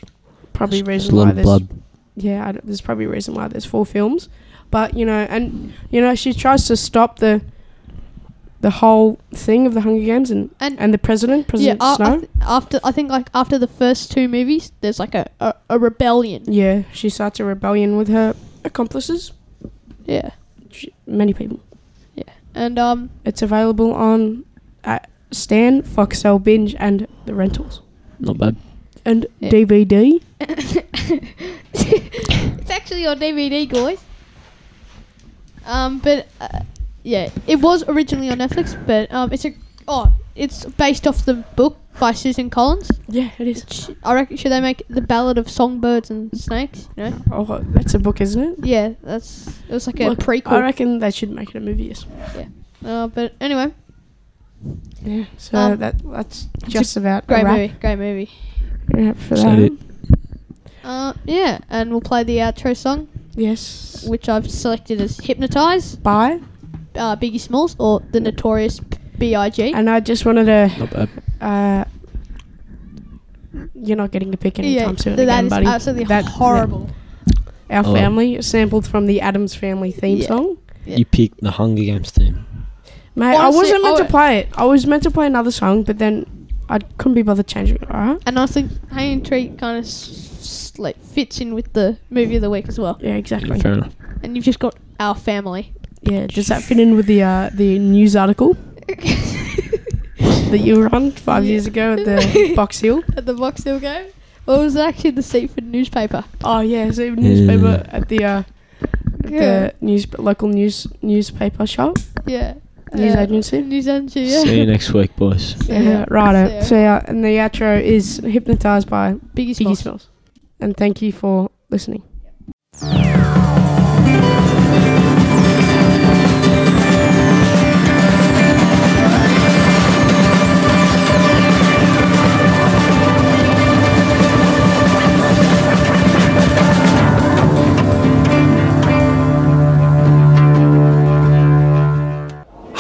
Speaker 2: probably a
Speaker 1: There's
Speaker 2: reason
Speaker 1: a lot
Speaker 2: why
Speaker 1: of
Speaker 2: there's
Speaker 1: blood.
Speaker 2: yeah, I don't- there's probably a reason why there's four films, but you know, and you know, she tries to stop the the whole thing of the Hunger Games and
Speaker 4: And-
Speaker 2: and, the president, President
Speaker 4: yeah, a-
Speaker 2: Snow.
Speaker 4: af- after I think like after the first two movies, there's like a, a, a rebellion.
Speaker 2: yeah, she starts a rebellion with her accomplices,
Speaker 4: Yeah,
Speaker 2: she, many people.
Speaker 4: and um,
Speaker 2: It's available on uh, Stan, Foxtel, Binge, and the rentals
Speaker 1: Not bad.
Speaker 2: and
Speaker 4: Yeah.
Speaker 2: DVD.
Speaker 4: it's actually on DVD, guys. Um, but uh, yeah, it was originally on Netflix, but um, it's a oh, it's based off the book by Susan Collins.
Speaker 2: Yeah, it is.
Speaker 4: Sh- I reckon should they make the Ballad of Songbirds and Snakes? You know?
Speaker 2: Oh, that's a book, isn't it?
Speaker 4: Yeah, that's it was like a
Speaker 2: Look, I
Speaker 4: prequel.
Speaker 2: reckon they should make it a movie. Yes.
Speaker 4: Uh, but anyway,
Speaker 2: Yeah, so
Speaker 4: Um,
Speaker 2: that that's just about
Speaker 4: great
Speaker 2: a wrap
Speaker 4: movie, great movie.
Speaker 2: wrap for
Speaker 1: Is
Speaker 2: that.
Speaker 1: that it?
Speaker 4: Uh, yeah, and we'll play the outro song,
Speaker 2: Yes.
Speaker 4: which I've selected as "Hypnotize"
Speaker 2: Bye.
Speaker 4: uh, Biggie Smalls or the Notorious B.I.G.
Speaker 2: And I just wanted to.
Speaker 1: Not bad.
Speaker 2: Uh, you're not getting to pick anytime
Speaker 4: Yeah,
Speaker 2: soon.
Speaker 4: th- that
Speaker 2: again,
Speaker 4: is
Speaker 2: buddy.
Speaker 4: absolutely
Speaker 2: That-
Speaker 4: horrible.
Speaker 2: that- Our
Speaker 1: Oh.
Speaker 2: family sampled from the Adams Family theme
Speaker 4: Yeah.
Speaker 2: song.
Speaker 4: Yeah.
Speaker 1: You picked the Hunger Games theme.
Speaker 2: Mate, I
Speaker 4: Honestly, oh.
Speaker 2: wasn't meant
Speaker 4: I-
Speaker 2: to play it. I was meant to play another song, but then I couldn't be bothered changing it. All right.
Speaker 4: And I think Hay and Tree kind of s- s- like fits in with the movie of the week as well.
Speaker 2: Yeah, exactly.
Speaker 1: Fair enough.
Speaker 4: And you've just got our family.
Speaker 2: Yeah. Does that fit in with the uh, the news article? that you were on five years ago at the Box Hill.
Speaker 4: At the Box Hill game? Well, it was actually the Seaford newspaper.
Speaker 2: Oh yeah, so newspaper at the uh,
Speaker 4: Yeah.
Speaker 2: the news local news newspaper shop
Speaker 4: Yeah.
Speaker 2: news
Speaker 4: Uh,
Speaker 2: agency.
Speaker 4: News agency, yeah.
Speaker 1: See you next week, boys.
Speaker 2: Yeah, right. So yeah, and the outro is hypnotized by
Speaker 4: Biggie
Speaker 2: Biggie
Speaker 4: Smalls.
Speaker 2: Smalls. And thank you for listening.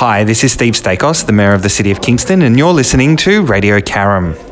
Speaker 7: Hi, this is Steve Stakos, the Mayor of the City of Kingston, and you're listening to Radio Caram.